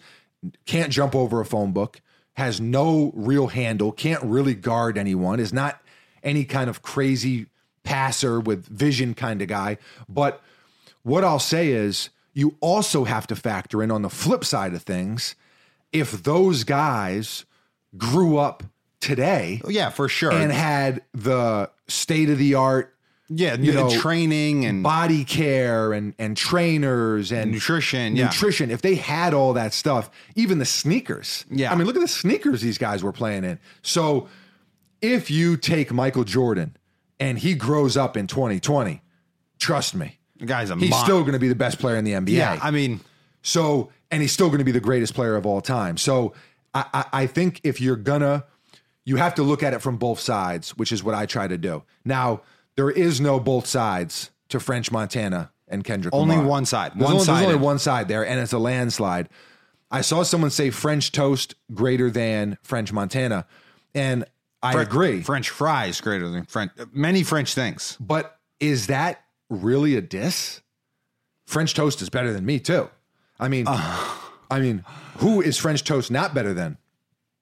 S1: can't jump over a phone book, has no real handle, can't really guard anyone, is not any kind of crazy passer with vision kind of guy. But what I'll say is you also have to factor in on the flip side of things if those guys grew up today
S2: Yeah, for sure.
S1: and had the state of the art
S2: yeah,
S1: you
S2: you
S1: know,
S2: know, training and
S1: body care and and trainers and
S2: nutrition. Yeah,
S1: nutrition if they had all that stuff even the sneakers
S2: Yeah.
S1: i mean look at the sneakers these guys were playing in so if you take michael jordan and he grows up in 2020 trust me
S2: the guy's a
S1: he's
S2: mon-
S1: still going to be the best player in the nba
S2: Yeah, I mean,
S1: so, and he's still going to be the greatest player of all time. So, I, I, I think if you're gonna, you have to look at it from both sides, which is what I try to do. Now, there is no both sides to French Montana and Kendrick.
S2: Only
S1: Lamar.
S2: one side.
S1: There's only, there's only
S2: One-sided.
S1: one side there, and it's a landslide. I saw someone say French toast greater than French Montana, and I agree.
S2: French fries greater than French. Many French things.
S1: But is that really a diss? French toast is better than me too. I mean, I mean, who is French toast not better than?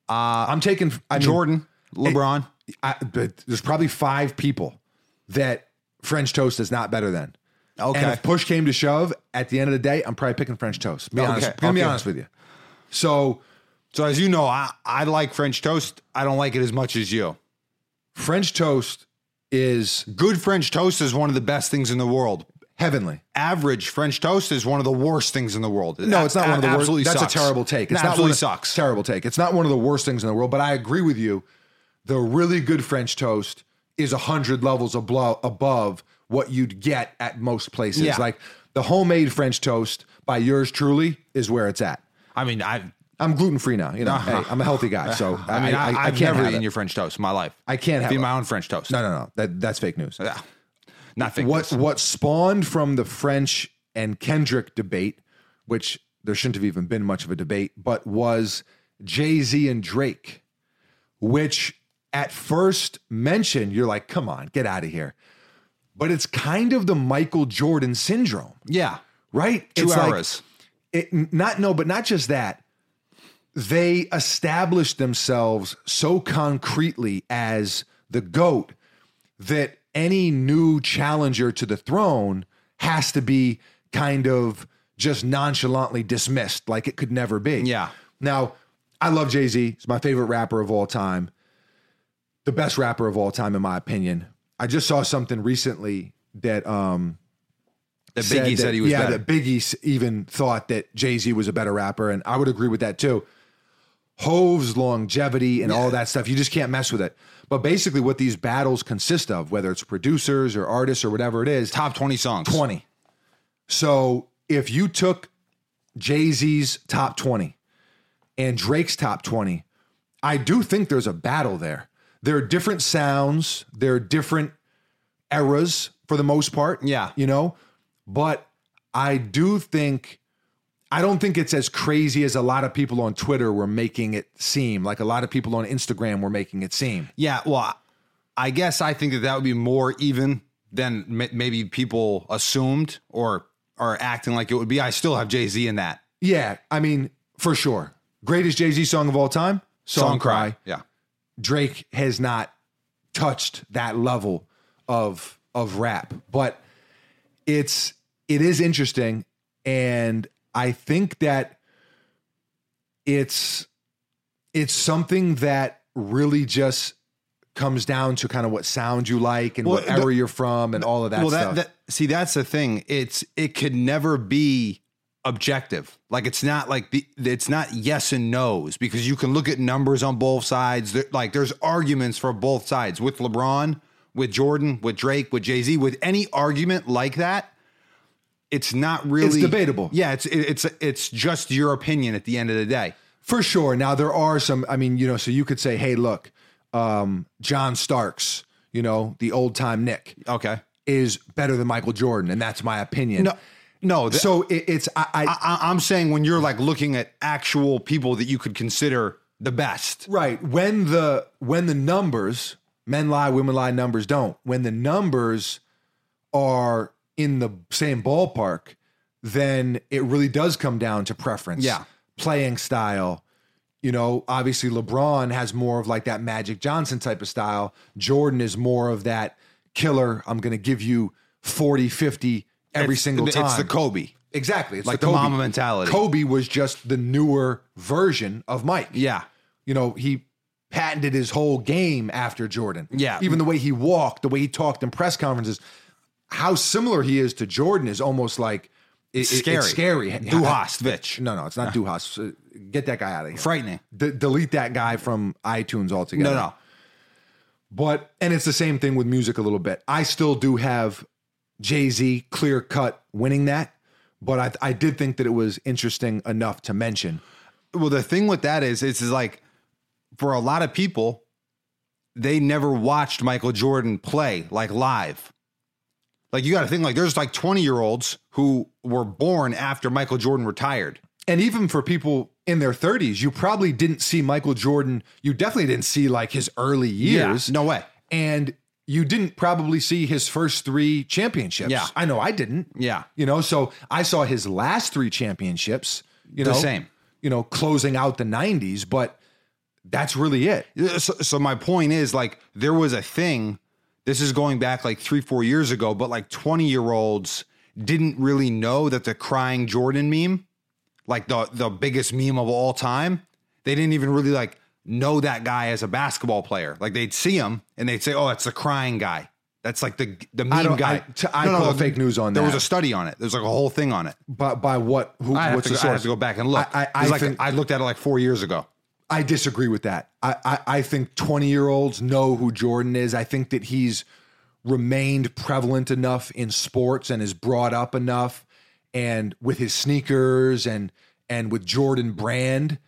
S1: Uh, I'm taking I mean,
S2: Jordan, LeBron.
S1: I, but there's probably five people that French toast is not better than. And
S2: okay.
S1: if push came to shove, at the end of the day, I'm probably picking French toast. Be honest,
S2: Okay,
S1: gonna be
S2: okay.
S1: honest with you. So
S2: So as you know, I, I like French toast. I don't like it as much as you.
S1: French toast is
S2: Good French toast is one of the best things in the world.
S1: heavenly.
S2: Average French toast is one of the worst things in the world.
S1: No, it's not one of the
S2: Absolutely
S1: worst. That's
S2: sucks.
S1: a terrible take. It's
S2: It
S1: not
S2: absolutely
S1: one of,
S2: sucks.
S1: Terrible take. It's not one of the worst things in the world. But I agree with you. The really good French toast is hundred levels above above what you'd get at most places.
S2: Yeah.
S1: Like the homemade French toast by yours truly is where it's at.
S2: I mean, I
S1: I'm gluten free now. You know, hey, I'm a healthy guy, so
S2: Uh-huh. I mean, I,
S1: I,
S2: have
S1: can't
S2: never
S1: have
S2: eaten
S1: it.
S2: your French toast in my life.
S1: I can't have
S2: Be
S1: it.
S2: my own French toast.
S1: No, no, no. That that's fake news.
S2: Yeah. Nothing.
S1: What what spawned from the French and Kendrick debate, which there shouldn't have even been much of a debate, but was Jay Z and Drake, which at first mention you're like, come on, get out of here. But it's kind of the Michael Jordan syndrome,
S2: Yeah.
S1: right?
S2: Two
S1: it's like-
S2: hours.
S1: it, not no, but not just that. They established themselves so concretely as the goat that any new challenger to the throne has to be kind of just nonchalantly dismissed, like it could never be.
S2: Yeah.
S1: Now, I love Jay Z. He's my favorite rapper of all time, the best rapper of all time, in my opinion. I just saw something recently that um,
S2: That Biggie said,
S1: that-
S2: he was
S1: yeah,
S2: better.
S1: that Biggie s- even thought that Jay Z was a better rapper, and I would agree with that too. Hove's longevity and all that stuff, you just can't mess with it. But basically, what these battles consist of, whether it's producers or artists or whatever it is,
S2: Top 20 songs.
S1: 20. So if you took Jay Z's top 20 and Drake's top 20, I do think there's a battle there. There are different sounds, there are different eras for the most part.
S2: Yeah.
S1: You know, but I do think. I don't think it's as crazy as a lot of people on Twitter were making it seem, like a lot of people on Instagram were making it seem.
S2: Yeah, well, I- I guess I think that that would be more even than ma- maybe people assumed or are acting like it would be. I still have Jay Z in that
S1: Yeah, I mean, for sure. Greatest Jay Z song of all time, Song, Cry.
S2: Yeah.
S1: Drake has not touched that level of of rap, but it's it is interesting, and I think that it's it's something that really just comes down to kind of what sound you like and
S2: Well,
S1: what
S2: the-
S1: era you're from and all of that
S2: well,
S1: stuff.
S2: that, that see, that's the thing. It's it could never be objective. Like it's not like the, it's not yes and nos because you can look at numbers on both sides. There, like there's arguments for both sides with LeBron, with Jordan, with Drake, with Jay Z, with any argument like that. It's not really
S1: debatable.
S2: Yeah, it's it, it's it's just your opinion at the end of the day.
S1: For sure. Now there are some. I mean, you know, so you could say, "Hey, look, um, John Starks, you know, the old time Nick,
S2: Okay.
S1: is better than Michael Jordan," and that's my opinion.
S2: No, no. th-
S1: so it, it's I, I,
S2: I, I- I'm saying when you're like looking at actual people that you could consider the best.
S1: right when the when the numbers men lie, women lie, numbers don't. When the numbers are in the same ballpark, then it really does come down to preference.
S2: Yeah.
S1: playing style. you know, obviously LeBron has more of like that Magic Johnson type of style. Jordan is more of that killer, I'm going to give you 40, 50 every
S2: It's-
S1: single time.
S2: It's the Kobe.
S1: exactly. It's
S2: like the
S1: Kobe.
S2: mama mentality.
S1: Kobe was just the newer version of Mike.
S2: Yeah.
S1: You know, he patented his whole game after Jordan.
S2: Yeah.
S1: Even the way he walked, the way he talked in press conferences, how similar he is to Jordan is almost like it- it-
S2: Scary.
S1: It's scary.
S2: Duhast, bitch.
S1: No, no, it's not Duhas. Get that guy out of here.
S2: Frightening.
S1: D- delete that guy from iTunes altogether.
S2: No, no.
S1: But and it's the same thing with music a little bit. I still do have Jay Z clear cut winning that, but I I did think that it was interesting enough to mention.
S2: Well, the thing with that is, it's is like for a lot of people, they never watched Michael Jordan play like live. Like you got to think like there's like 20 year olds who were born after Michael Jordan retired.
S1: And even for people in their 30s, you probably didn't see Michael Jordan. You definitely didn't see like his early years.
S2: Yeah, no way.
S1: And you didn't probably see his first three championships.
S2: Yeah.
S1: I know I didn't.
S2: Yeah.
S1: You know, so I saw his last three championships, you
S2: The
S1: know,
S2: same.
S1: you know, closing out the 90s, but that's really it.
S2: So, so my point is like there was a thing. This is going back like three, four years ago, but like 20 year olds didn't really know that the crying Jordan meme, like the the biggest meme of all time, they didn't even really like know that guy as a basketball player. Like they'd see him and they'd say, "Oh, that's the crying guy." That's like the the meme
S1: don't-
S2: guy.
S1: I- to- I call fake news on
S2: there
S1: that.
S2: was a study on it. There's like a whole thing on it.
S1: By, by what? Who,
S2: I have,
S1: what's
S2: to,
S1: the
S2: I have
S1: source?
S2: to go back and look.
S1: I- I- I
S2: 'Cause, like
S1: think-
S2: I looked at it like four years ago.
S1: I disagree with that. I, I, I think 20 year olds know who Jordan is. I think that he's remained prevalent enough in sports and is brought up enough and with his sneakers and and with Jordan brand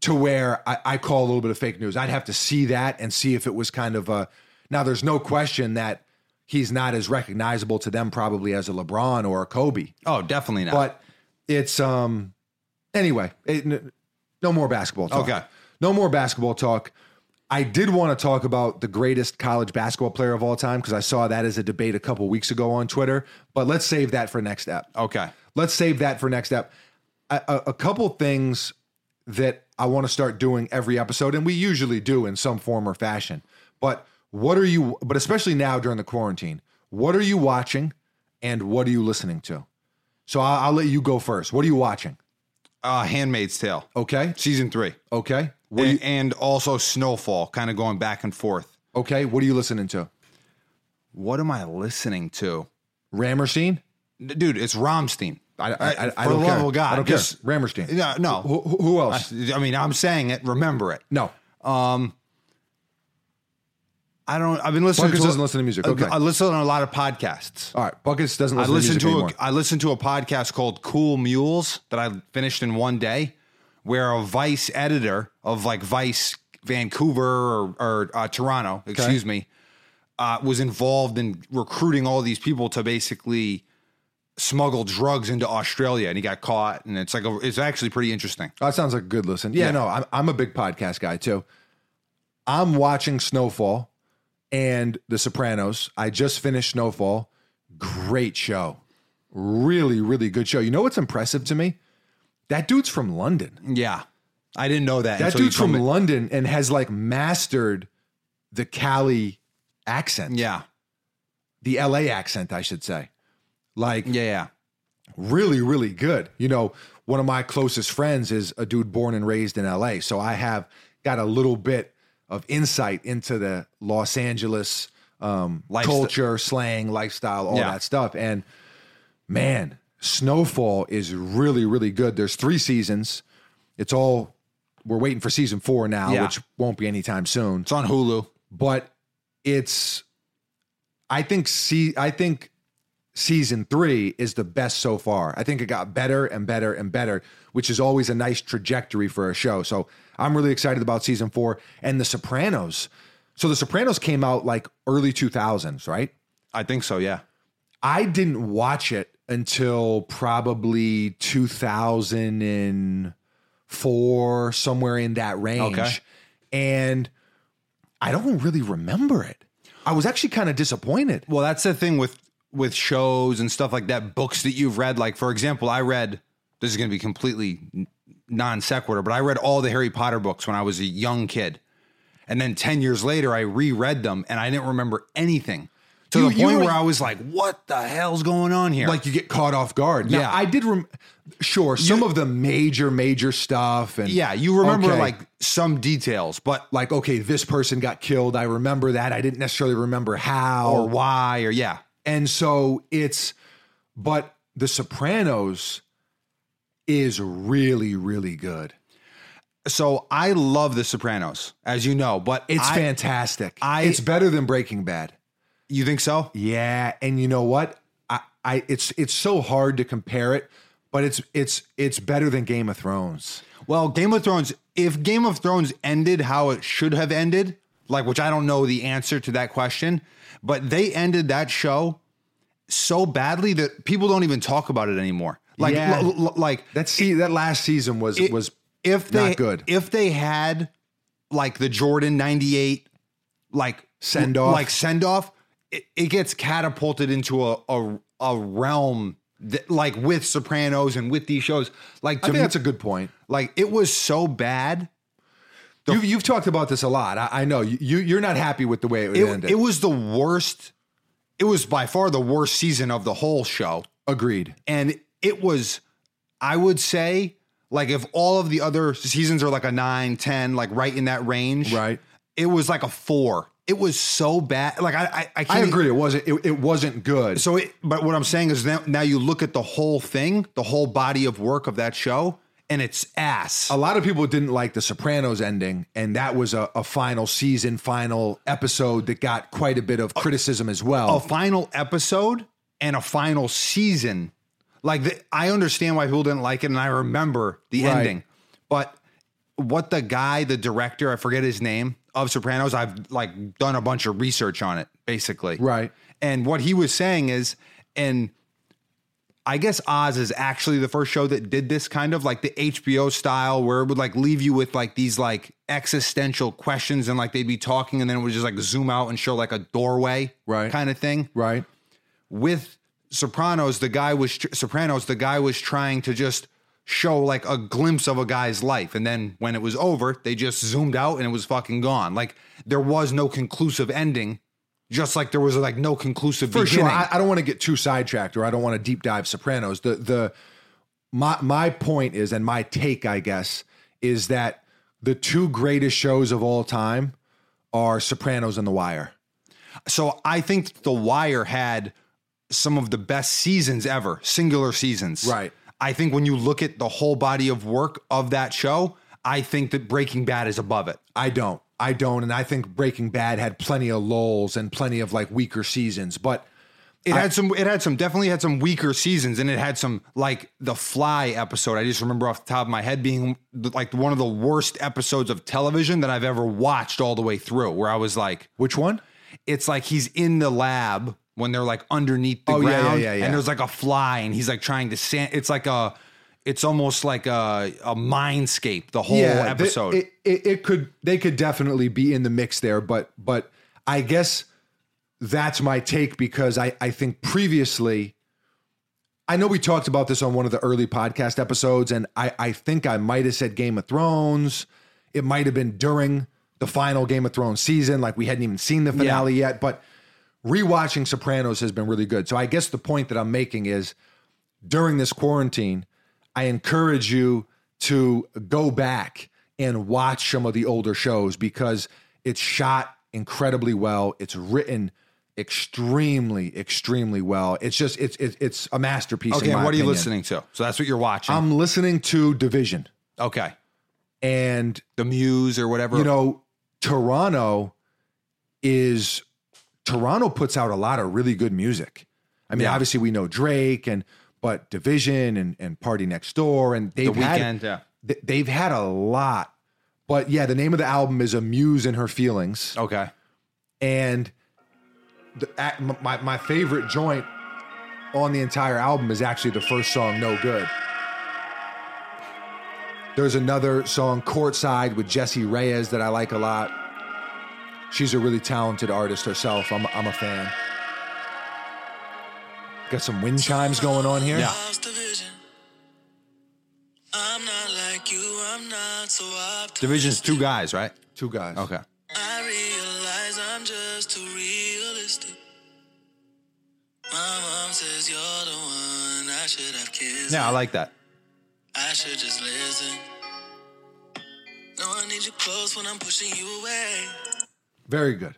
S1: to where I, I call a little bit of fake news. I'd have to see that and see if it was kind of a now there's no question that he's not as recognizable to them probably as a LeBron or a Kobe.
S2: Oh, definitely not.
S1: But it's um anyway, it, n- no more basketball talk.
S2: Okay.
S1: No more basketball talk. I did want to talk about the greatest college basketball player of all time because I saw that as a debate a couple weeks ago on Twitter, but let's save that for next step.
S2: okay.
S1: Let's save that for next step. A, a, a couple things that I want to start doing every episode, and we usually do in some form or fashion. But what are you, but especially now during the quarantine, what are you watching and what are you listening to? So I'll, I'll let you go first. What are you watching?
S2: Uh, Handmaid's Tale.
S1: Okay.
S2: season three,
S1: Okay. What are
S2: and,
S1: you,
S2: and also Snowfall, kind of going back and forth.
S1: okay. What are you listening to?
S2: What am I listening to,
S1: Rammerstein?
S2: D- dude? It's Romstein.
S1: I, I, I, I
S2: Eh, For
S1: don't
S2: the
S1: care.
S2: love of God,
S1: I don't care.
S2: just-
S1: Rammerstein.
S2: No, no.
S1: Who, who- who else?
S2: I mean, I'm saying it. Remember it.
S1: no.
S2: I don't. I've been listening.
S1: Marcus
S2: to
S1: doesn't listen to music. Okay.
S2: I, listen to a lot of podcasts.
S1: All right. Buckets doesn't
S2: I
S1: listen,
S2: listened
S1: to, music
S2: to a,
S1: anymore.
S2: I listened to a podcast called Cool Mules that I finished in one day, where a Vice editor of like Vice Vancouver or, or uh, Toronto, excuse me, uh, was involved in recruiting all these people to basically smuggle drugs into Australia, and he got caught. And it's like a, it's actually pretty interesting.
S1: Oh, that sounds like a good listen. Yeah,
S2: Yeah.
S1: no, I'm, I'm a big podcast guy too. I'm watching Snowfall and The Sopranos. I just finished Snowfall. Great show. Really, really good show. You know what's impressive to me? That dude's from London.
S2: Yeah. I didn't know that.
S1: That
S2: until you
S1: dude's from
S2: told me.
S1: London and has like mastered the Cali accent,
S2: Yeah.
S1: the LA accent, I should say. Like
S2: Yeah. Yeah.
S1: really, really good. You know, one of my closest friends is a dude born and raised in LA. So I have got a little bit of insight into the Los Angeles um,
S2: Lifest-
S1: culture, slang, lifestyle, all
S2: Yeah.
S1: that stuff. And man, Snowfall is really, really good. There's three seasons. It's all, we're waiting for season four now,
S2: Yeah.
S1: which won't be anytime soon
S2: It's on Hulu.
S1: but it's I think see I think season 3 is the best so far. I think it got better and better and better, which is always a nice trajectory for a show. So I'm really excited about season 4 and The Sopranos. So The Sopranos came out like early 2000s, right?
S2: I think so. Yeah.
S1: I didn't watch it until probably 2004, somewhere in that range.
S2: Okay.
S1: And I don't really remember it. I was actually kind of disappointed.
S2: Well, that's the thing with with shows and stuff like that. Books that you've read, like for example, I read. This is going to be completely n- non sequitur, but I read all the Harry Potter books when I was a young kid, and then ten years later, I reread them, and I didn't remember anything to
S1: You-
S2: the
S1: you
S2: point
S1: were-
S2: where I was like, "What the hell's going on here?"
S1: Like you get caught off guard. Now,
S2: Yeah.
S1: I did. Rem- sure, some of the major, major stuff, and
S2: yeah, you remember
S1: Okay.
S2: like some details, but
S1: like okay, this person got killed. I remember that. I didn't necessarily remember how
S2: or why or yeah,
S1: And so it's, but The Sopranos is really, really good.
S2: so I love The Sopranos, as you know, but
S1: It's
S2: I-
S1: fantastic.
S2: I-
S1: it's better than Breaking Bad.
S2: You think so?
S1: Yeah, and you know what? I, I it's it's so hard to compare it, but it's it's it's better than Game of Thrones.
S2: Well, Game of Thrones, if Game of Thrones ended how it should have ended, like which I don't know the answer to that question, but they ended that show so badly that people don't even talk about it anymore. Like
S1: Yeah.
S2: l- l- like
S1: That see that last season was
S2: it-
S1: was
S2: if they
S1: not good.
S2: if they had like the Jordan 98 like
S1: Send off.
S2: like send off it, it gets catapulted into a a, a realm that, like with Sopranos and with these shows like
S1: I
S2: to
S1: think
S2: me-
S1: that's a good point.
S2: like it was so bad
S1: You you've talked about this a lot. I, I know you you- you're not happy with the way it,
S2: it,
S1: ended.
S2: it was the worst it was by far the worst season of the whole show
S1: Agreed.
S2: and it was i would say like if all of the other seasons are like a 9 10 like right in that range
S1: Right.
S2: it was like a 4 it was so bad like i i, I
S1: I
S2: can't
S1: agree. It wasn't it, it wasn't good.
S2: so it but what i'm saying is now, now you look at the whole thing the whole body of work of that show and it's ass
S1: a lot of people didn't like the Sopranos ending, and that was a, a final season, final episode that got quite a bit of criticism as well.
S2: a final episode and a final season. Like the, I understand why people didn't like it, and I remember the
S1: Right.
S2: ending. But what the guy, the director, I forget his name of Sopranos, I've like done a bunch of research on it, basically.
S1: Right.
S2: And what he was saying is, and I guess Oz is actually the first show that did this kind of like the HBO style where it would like leave you with like these like existential questions and like they'd be talking and then it would just like zoom out and show like a doorway
S1: Right.
S2: kind of thing
S1: right?
S2: with Sopranos, the guy was Sopranos, the guy was trying to just show like a glimpse of a guy's life, and then when it was over, they just zoomed out and it was fucking gone. Like there was no conclusive ending, just like there was like no conclusive
S1: For
S2: beginning.
S1: sure. I, I don't want to get too sidetracked, or I don't want to deep dive Sopranos. The the my my point is, and my take, I guess, is that the two greatest shows of all time are Sopranos and The Wire.
S2: so I think The Wire had some of the best seasons ever, singular seasons.
S1: Right.
S2: I think when you look at the whole body of work of that show, I think that Breaking Bad is above it.
S1: I don't. I don't. And I think Breaking Bad had plenty of lulls and plenty of like weaker seasons, but
S2: It had some. It had some. Definitely had some weaker seasons, and it had some like the Fly episode. I just remember off the top of my head being like one of the worst episodes of television that I've ever watched all the way through. Where I was like,
S1: which one?
S2: it's like he's in the lab when they're like underneath the
S1: Oh, yeah, yeah,
S2: ground,
S1: yeah, yeah.
S2: and there's like a fly, and he's like trying to sand. It's like a. It's almost like a a mindscape. The whole
S1: th-
S2: episode.
S1: it, it, it could they could definitely be in the mix there, but but I guess that's my take because I I think previously I know we talked about this on one of the early podcast episodes, and I, I think I might have said Game of Thrones. It might have been during the final Game of Thrones season, like we hadn't even seen the finale yet. But rewatching Sopranos has been really good. So I guess the point that I'm making is during this quarantine, I encourage you to go back and watch some of the older shows because it's shot incredibly well. It's written extremely, extremely well. It's just it's it's, it's a masterpiece.
S2: Okay,
S1: in
S2: what
S1: my
S2: are you
S1: opinion.
S2: listening to? So that's what you're watching.
S1: I'm listening to Division
S2: okay,
S1: and
S2: the Muse or whatever.
S1: you know toronto is toronto puts out a lot of really good music i mean
S2: Yeah.
S1: obviously we know drake and but division and and party next door and
S2: the
S1: they've
S2: weekend.
S1: had th- they've had a lot but yeah the name of the album is a muse and her feelings
S2: yeah. Okay.
S1: and the, at, m- my my favorite joint on the entire album is actually the first song, "No Good." There's another song, "Courtside," with Jesse Reyes that I like a lot. She's a really talented artist herself. I'm I'm a fan. Got some wind chimes going on here.
S3: Lost the vision. I'm not like you, I'm not so optimistic.
S2: Division's two guys, right?
S1: Two guys.
S2: Okay.
S3: I realize I'm just too realistic. My mom says you're the one I should have kissed.
S2: Yeah, I like that.
S3: I should just listen. No, I need you close when I'm pushing you away.
S1: Very good.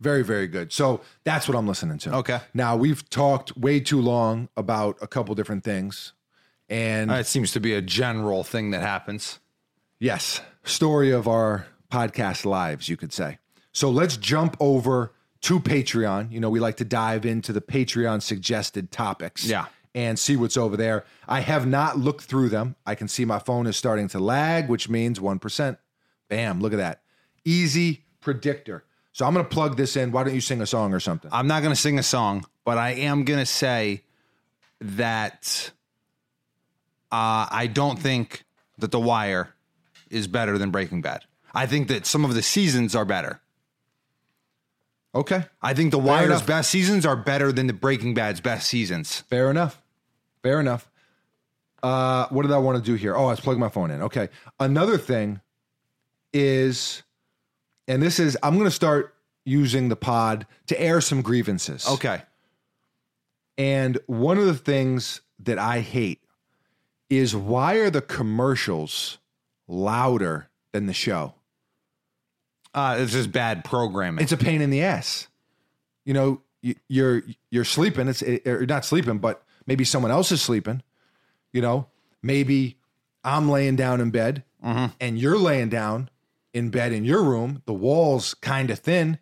S1: Very, very good. So that's what I'm listening to.
S2: Okay.
S1: Now we've talked way too long about a couple different things. And
S2: That seems to be a general thing that happens.
S1: yes, story of our podcast lives, you could say. So let's jump over to Patreon. You know, we like to dive into the Patreon suggested topics.
S2: Yeah.
S1: And see what's over there. I have not looked through them. I can see my phone is starting to lag, which means 1%. Bam, look at that. Easy predictor. So I'm going to plug this in. Why don't you sing a song or something?
S2: I'm not going to sing a song, but I am going to say that uh, I don't think that The Wire is better than Breaking Bad. I think that some of the seasons are better.
S1: Okay.
S2: I think The Wire's
S1: enough.
S2: best seasons are better than the Breaking Bad's best seasons.
S1: Fair enough. Fair enough. Uh, what did I want to do here? Oh, I was plugging my phone in. Okay. Another thing is, and this is, I'm going to start using the pod to air some grievances.
S2: Okay.
S1: And one of the things that I hate is why are the commercials louder than the show?
S2: Uh, it's just bad programming.
S1: It's a pain in the ass. You know, y- you're you're sleeping. It's or not sleeping, but maybe someone else is sleeping. You know, maybe I'm laying down in bed and you're laying down in bed in your room. The walls kind of thin,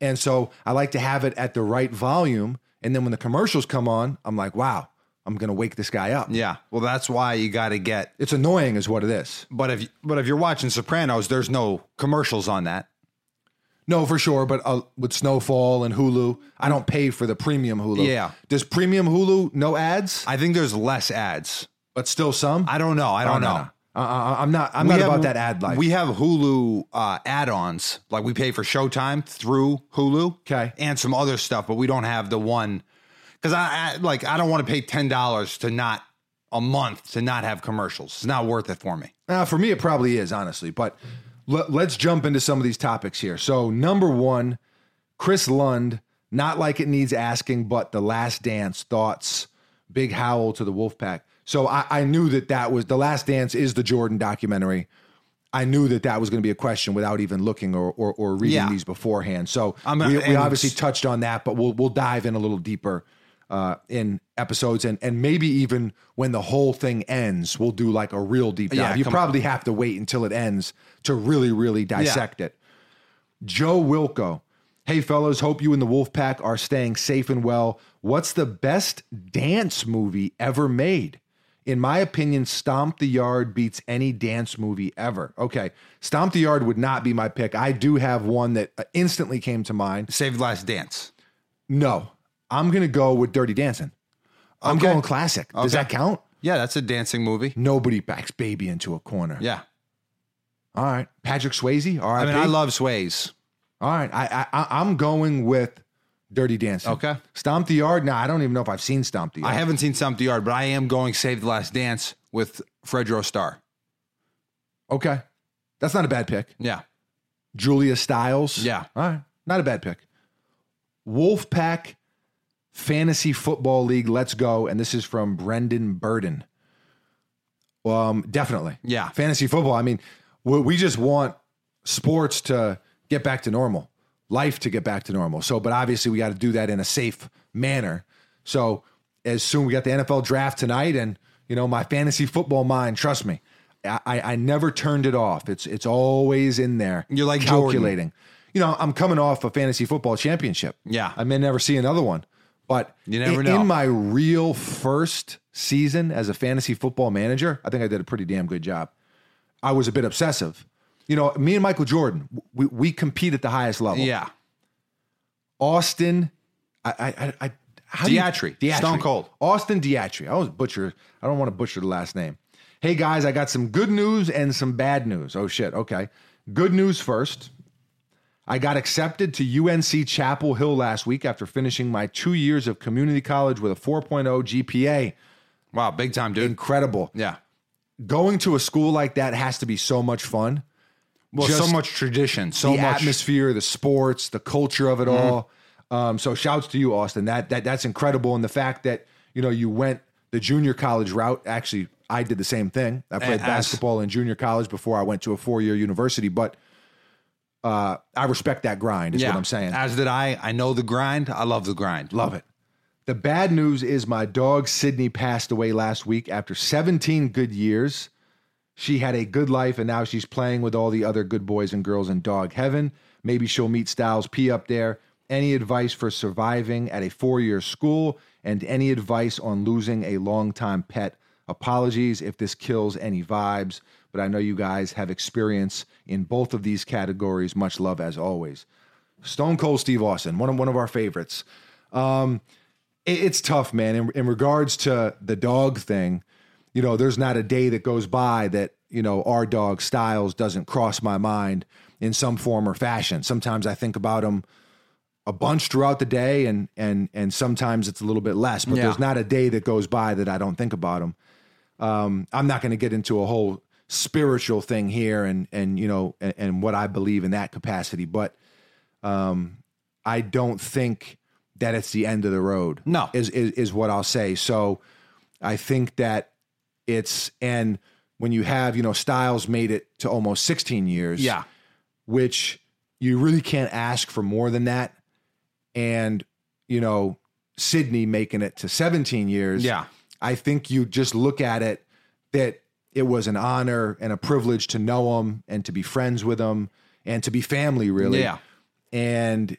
S1: and so I like to have it at the right volume. And then when the commercials come on, I'm like, wow, I'm gonna wake this guy up.
S2: yeah. Well, that's why you got to get.
S1: It's annoying, is what it is.
S2: But if but if you're watching Sopranos, there's no commercials on that.
S1: No, for sure. But uh, with Snowfall and Hulu, I don't pay for the premium Hulu.
S2: Yeah.
S1: Does premium Hulu no ads,
S2: I think there's less ads.
S1: but still some?
S2: I don't know. I don't know.
S1: Uh, uh, I'm not. I'm
S2: We
S1: not
S2: have-
S1: about that ad life.
S2: We have Hulu uh, add-ons, like we pay for Showtime through Hulu,
S1: 'Kay.
S2: and some other stuff, but we don't have the one because I, I like I don't want to pay ten dollars to not a month to not have commercials. It's not worth it for me.
S1: Uh, for me, it probably is honestly. But le- let's jump into some of these topics here. So number one, Chris Lund. Not like it needs asking, but the Last Dance thoughts. Big howl to the Wolfpack. So I, I knew that that was the Last Dance is the Jordan documentary. I knew that that was going to be a question without even looking or or, or reading
S2: Yeah.
S1: these beforehand. So
S2: I'm-
S1: we, we
S2: and-
S1: obviously touched on that, but we'll we'll dive in a little deeper uh, in episodes and and maybe even when the whole thing ends, we'll do like a real deep dive.
S2: Yeah,
S1: you
S2: come-
S1: probably have to wait until it ends to really really dissect it. Joe Wilco. Hey fellas, hope you and the Wolfpack are staying safe and well. What's the best dance movie ever made? In my opinion, Stomp the Yard beats any dance movie ever. Okay, Stomp the Yard would not be my pick. I do have one that uh, instantly came to mind.
S2: Save the Last Dance.
S1: No, I'm gonna go with Dirty Dancing. I'm
S2: Okay.
S1: going classic. Does
S2: Okay.
S1: that count?
S2: Yeah, that's a dancing movie.
S1: Nobody backs baby into a corner.
S2: Yeah,
S1: All right, Patrick Swayze. All right,
S2: I mean I love Sways.
S1: All right, I, I I- I'm going with Dirty Dancing.
S2: Okay.
S1: Stomp the Yard. Now I don't even know if I've seen Stomp the Yard.
S2: I haven't seen Stomp the Yard, but I am going Save the Last Dance with Fredro Starr.
S1: Okay, that's not a bad pick.
S2: Yeah.
S1: Julia Stiles.
S2: Yeah.
S1: All right. Not a bad pick. Wolfpack Fantasy Football League. Let's go. And this is from Brendan Burden. Um, definitely.
S2: Yeah.
S1: Fantasy football. I mean, we, we just want sports to get back to normal, life to get back to normal. So, but obviously, we got to do that in a safe manner. So, as soon we got the NFL draft tonight, and you know, my fantasy football mind. Trust me, I, I, I never turned it off. It's it's always in there.
S2: You're like Jordan.
S1: calculating. You know, I'm coming off a fantasy football championship.
S2: Yeah.
S1: I may never see another one, but
S2: You never
S1: in,
S2: know.
S1: In my real first season as a fantasy football manager, I think I did a pretty damn good job. I was a bit obsessive. You know, me and Michael Jordan, we, we compete at the highest level.
S2: Yeah.
S1: Austin, I, I, I, I how do
S2: Diatry. Stone Cold.
S1: Austin Diatry. I was butcher. I don't want to butcher the last name. Hey guys, I got some good news and some bad news. Oh shit. Okay. Good news first. I got accepted to UNC Chapel Hill last week after finishing my two years of community college with a 4.0 GPA.
S2: Wow. Big time, dude.
S1: Incredible.
S2: yeah.
S1: Going to a school like that has to be so much fun.
S2: Well,
S1: Just
S2: so much tradition, so
S1: the
S2: much. Mm-hmm.
S1: atmosphere, the sports, the culture of it all. Um, so shouts to you, Austin. That that that's incredible, and the fact that you know you went the junior college route. Actually, I did the same thing. I played
S2: As-
S1: basketball in junior college before I went to a four year university, but uh, I respect that grind. Is
S2: yeah.
S1: what I'm saying.
S2: As did I. I know the grind. I love the grind.
S1: Love it. The bad news is my dog Sydney passed away last week after 17 good years. She had a good life and now she's playing with all the other good boys and girls in dog heaven. Maybe she'll meet Styles P up there. Any advice for surviving at a four year school and any advice on losing a longtime pet? Apologies if this kills any vibes, but I know you guys have experience in both of these categories. Much love as always. Stone Cold Steve Austin, one of one of our favorites. Um, it- it's tough, man. In, in regards to the dog thing, you know, there's not a day that goes by that you know our dog Styles doesn't cross my mind in some form or fashion. Sometimes I think about him a bunch throughout the day, and and and sometimes it's a little bit less. But
S2: Yeah.
S1: there's not a day that goes by that I don't think about him. I'm not going to get into a whole spiritual thing here and and you know and, and what I believe in that capacity, but um, I don't think that it's the end of the road.
S2: No.
S1: is is, is what I'll say. So I think that it's and when you have you know Styles made it to almost 16 years,
S2: Yeah.
S1: which you really can't ask for more than that, and you know Sydney making it to 17 years,
S2: Yeah.
S1: I think you just look at it that it was an honor and a privilege to know him and to be friends with him and to be family, really.
S2: Yeah.
S1: And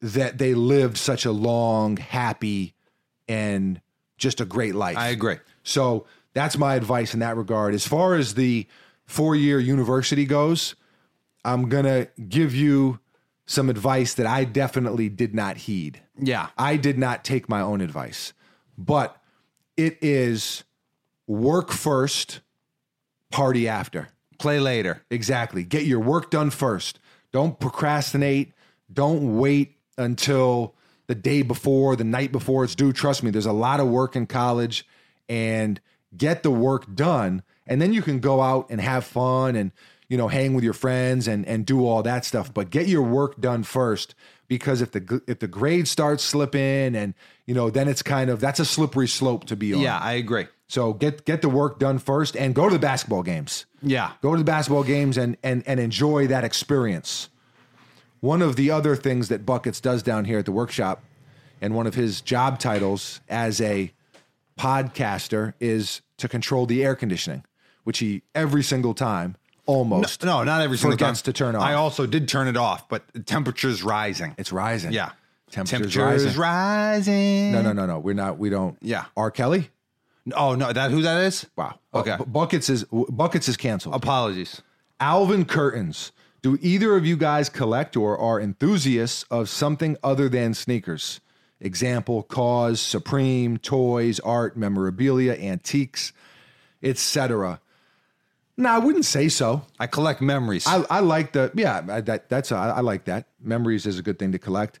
S1: that they lived such a long, happy, and just a great life.
S2: I agree.
S1: So that's my advice in that regard. As far as the four year university goes, I'm going to give you some advice that I definitely did not heed.
S2: Yeah.
S1: I did not take my own advice, but it is work first, party after.
S2: Play later.
S1: Exactly. Get your work done first. Don't procrastinate. Don't wait until the day before, the night before it's due. Trust me, there's a lot of work in college and get the work done. And then you can go out and have fun and, you know, hang with your friends and, and do all that stuff. But get your work done first because if the gr- if the grade starts slipping and you know then it's kind of that's a slippery slope to be on.
S2: Yeah, I agree.
S1: So get get the work done first and go to the basketball games
S2: Yeah.
S1: go to the basketball games and and and enjoy that experience. One of the other things that Buckets does down here at the workshop, and one of his job titles as a podcaster is to control the air conditioning, which he every single time almost
S2: No, not every single
S1: Forgets
S2: time.
S1: to turn off.
S2: I also did turn it off, but the temperature's rising.
S1: it's rising.
S2: Yeah.
S1: temperatures, rising.
S2: rising.
S1: no, no, no, no. We're not. We don't.
S2: Yeah.
S1: R. Kelly.
S2: Oh no, that who that is?
S1: Wow.
S2: Okay.
S1: Bu- Buckets is Buckets is canceled.
S2: Apologies.
S1: Alvin curtains. Do either of you guys collect or are enthusiasts of something other than sneakers? Example, cause, supreme, toys, art, memorabilia, antiques, etc. No, I wouldn't say so.
S2: I collect memories.
S1: I, I like the yeah. I, that that's a, I like that. Memories is a good thing to collect.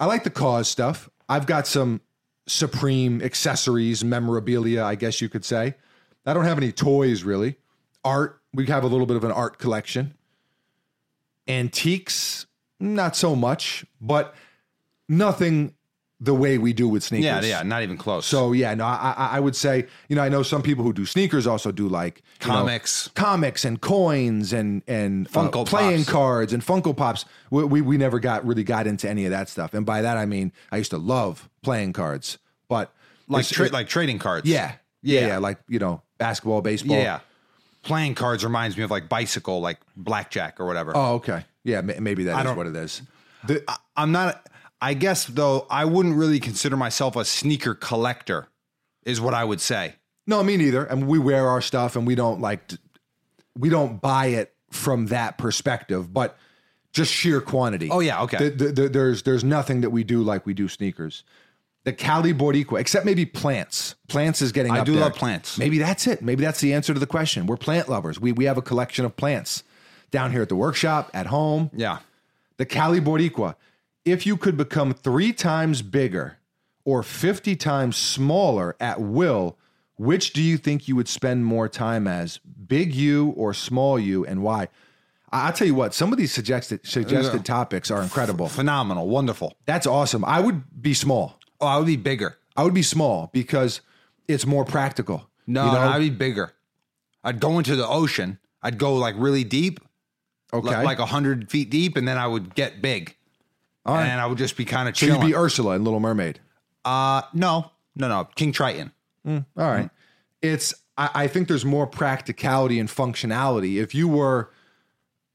S1: I like the cause stuff. I've got some Supreme accessories, memorabilia, I guess you could say. I don't have any toys really. Art, we have a little bit of an art collection. Antiques, not so much, but nothing the way we do with sneakers.
S2: Yeah, yeah, not even close.
S1: So yeah, no, I, I I would say you know I know some people who do sneakers also do like you know,
S2: Comics.
S1: comics and coins and and uh,
S2: Funko
S1: playing
S2: Pops.
S1: cards and Funko Pops. We, we we never got really got into any of that stuff, and by that I mean I used to love playing cards, but
S2: like
S1: it's-
S2: tra-
S1: it-
S2: like trading cards.
S1: yeah, yeah
S2: Yeah.
S1: yeah like you know basketball baseball
S2: yeah. Playing cards reminds me of like bicycle, like blackjack or whatever.
S1: oh okay yeah ma- maybe that is
S2: don't-
S1: what it is
S2: The- I, I'm not. I guess though, I wouldn't really consider myself a sneaker collector, is what I would say.
S1: no me neither and we wear our stuff and we don't like t- we don't buy it from that perspective but just sheer quantity
S2: Oh, yeah, okay.
S1: The- the- the- there's there's nothing that we do like we do sneakers the Cali Boricua, except maybe plants. Plants is getting.
S2: I
S1: up
S2: do
S1: there.
S2: love plants.
S1: Maybe that's it. Maybe that's the answer to the question. We're plant lovers. We we have a collection of plants down here at the workshop, at home.
S2: Yeah.
S1: the Cali Boricua. If you could become three times bigger or 50 times smaller at will, which do you think you would spend more time as? Big you or small you, and why? I- I'll tell you what, some of these suggested suggested
S2: Yeah.
S1: topics are incredible.
S2: Phenomenal. Wonderful.
S1: That's awesome. I would be small.
S2: Oh, I would be bigger.
S1: I would be small because it's more practical.
S2: No,
S1: You know?
S2: I'd be bigger. I'd go into the ocean. I'd go like really deep,
S1: okay.
S2: like like a hundred feet deep, and then I would get big,
S1: All right.
S2: and I would just be kind of
S1: so you'd
S2: chilling.
S1: be Ursula in Little Mermaid.
S2: uh, no, no, no, King Triton.
S1: All right.
S2: Mm-hmm.
S1: It's I, I think there's more practicality and functionality. If you were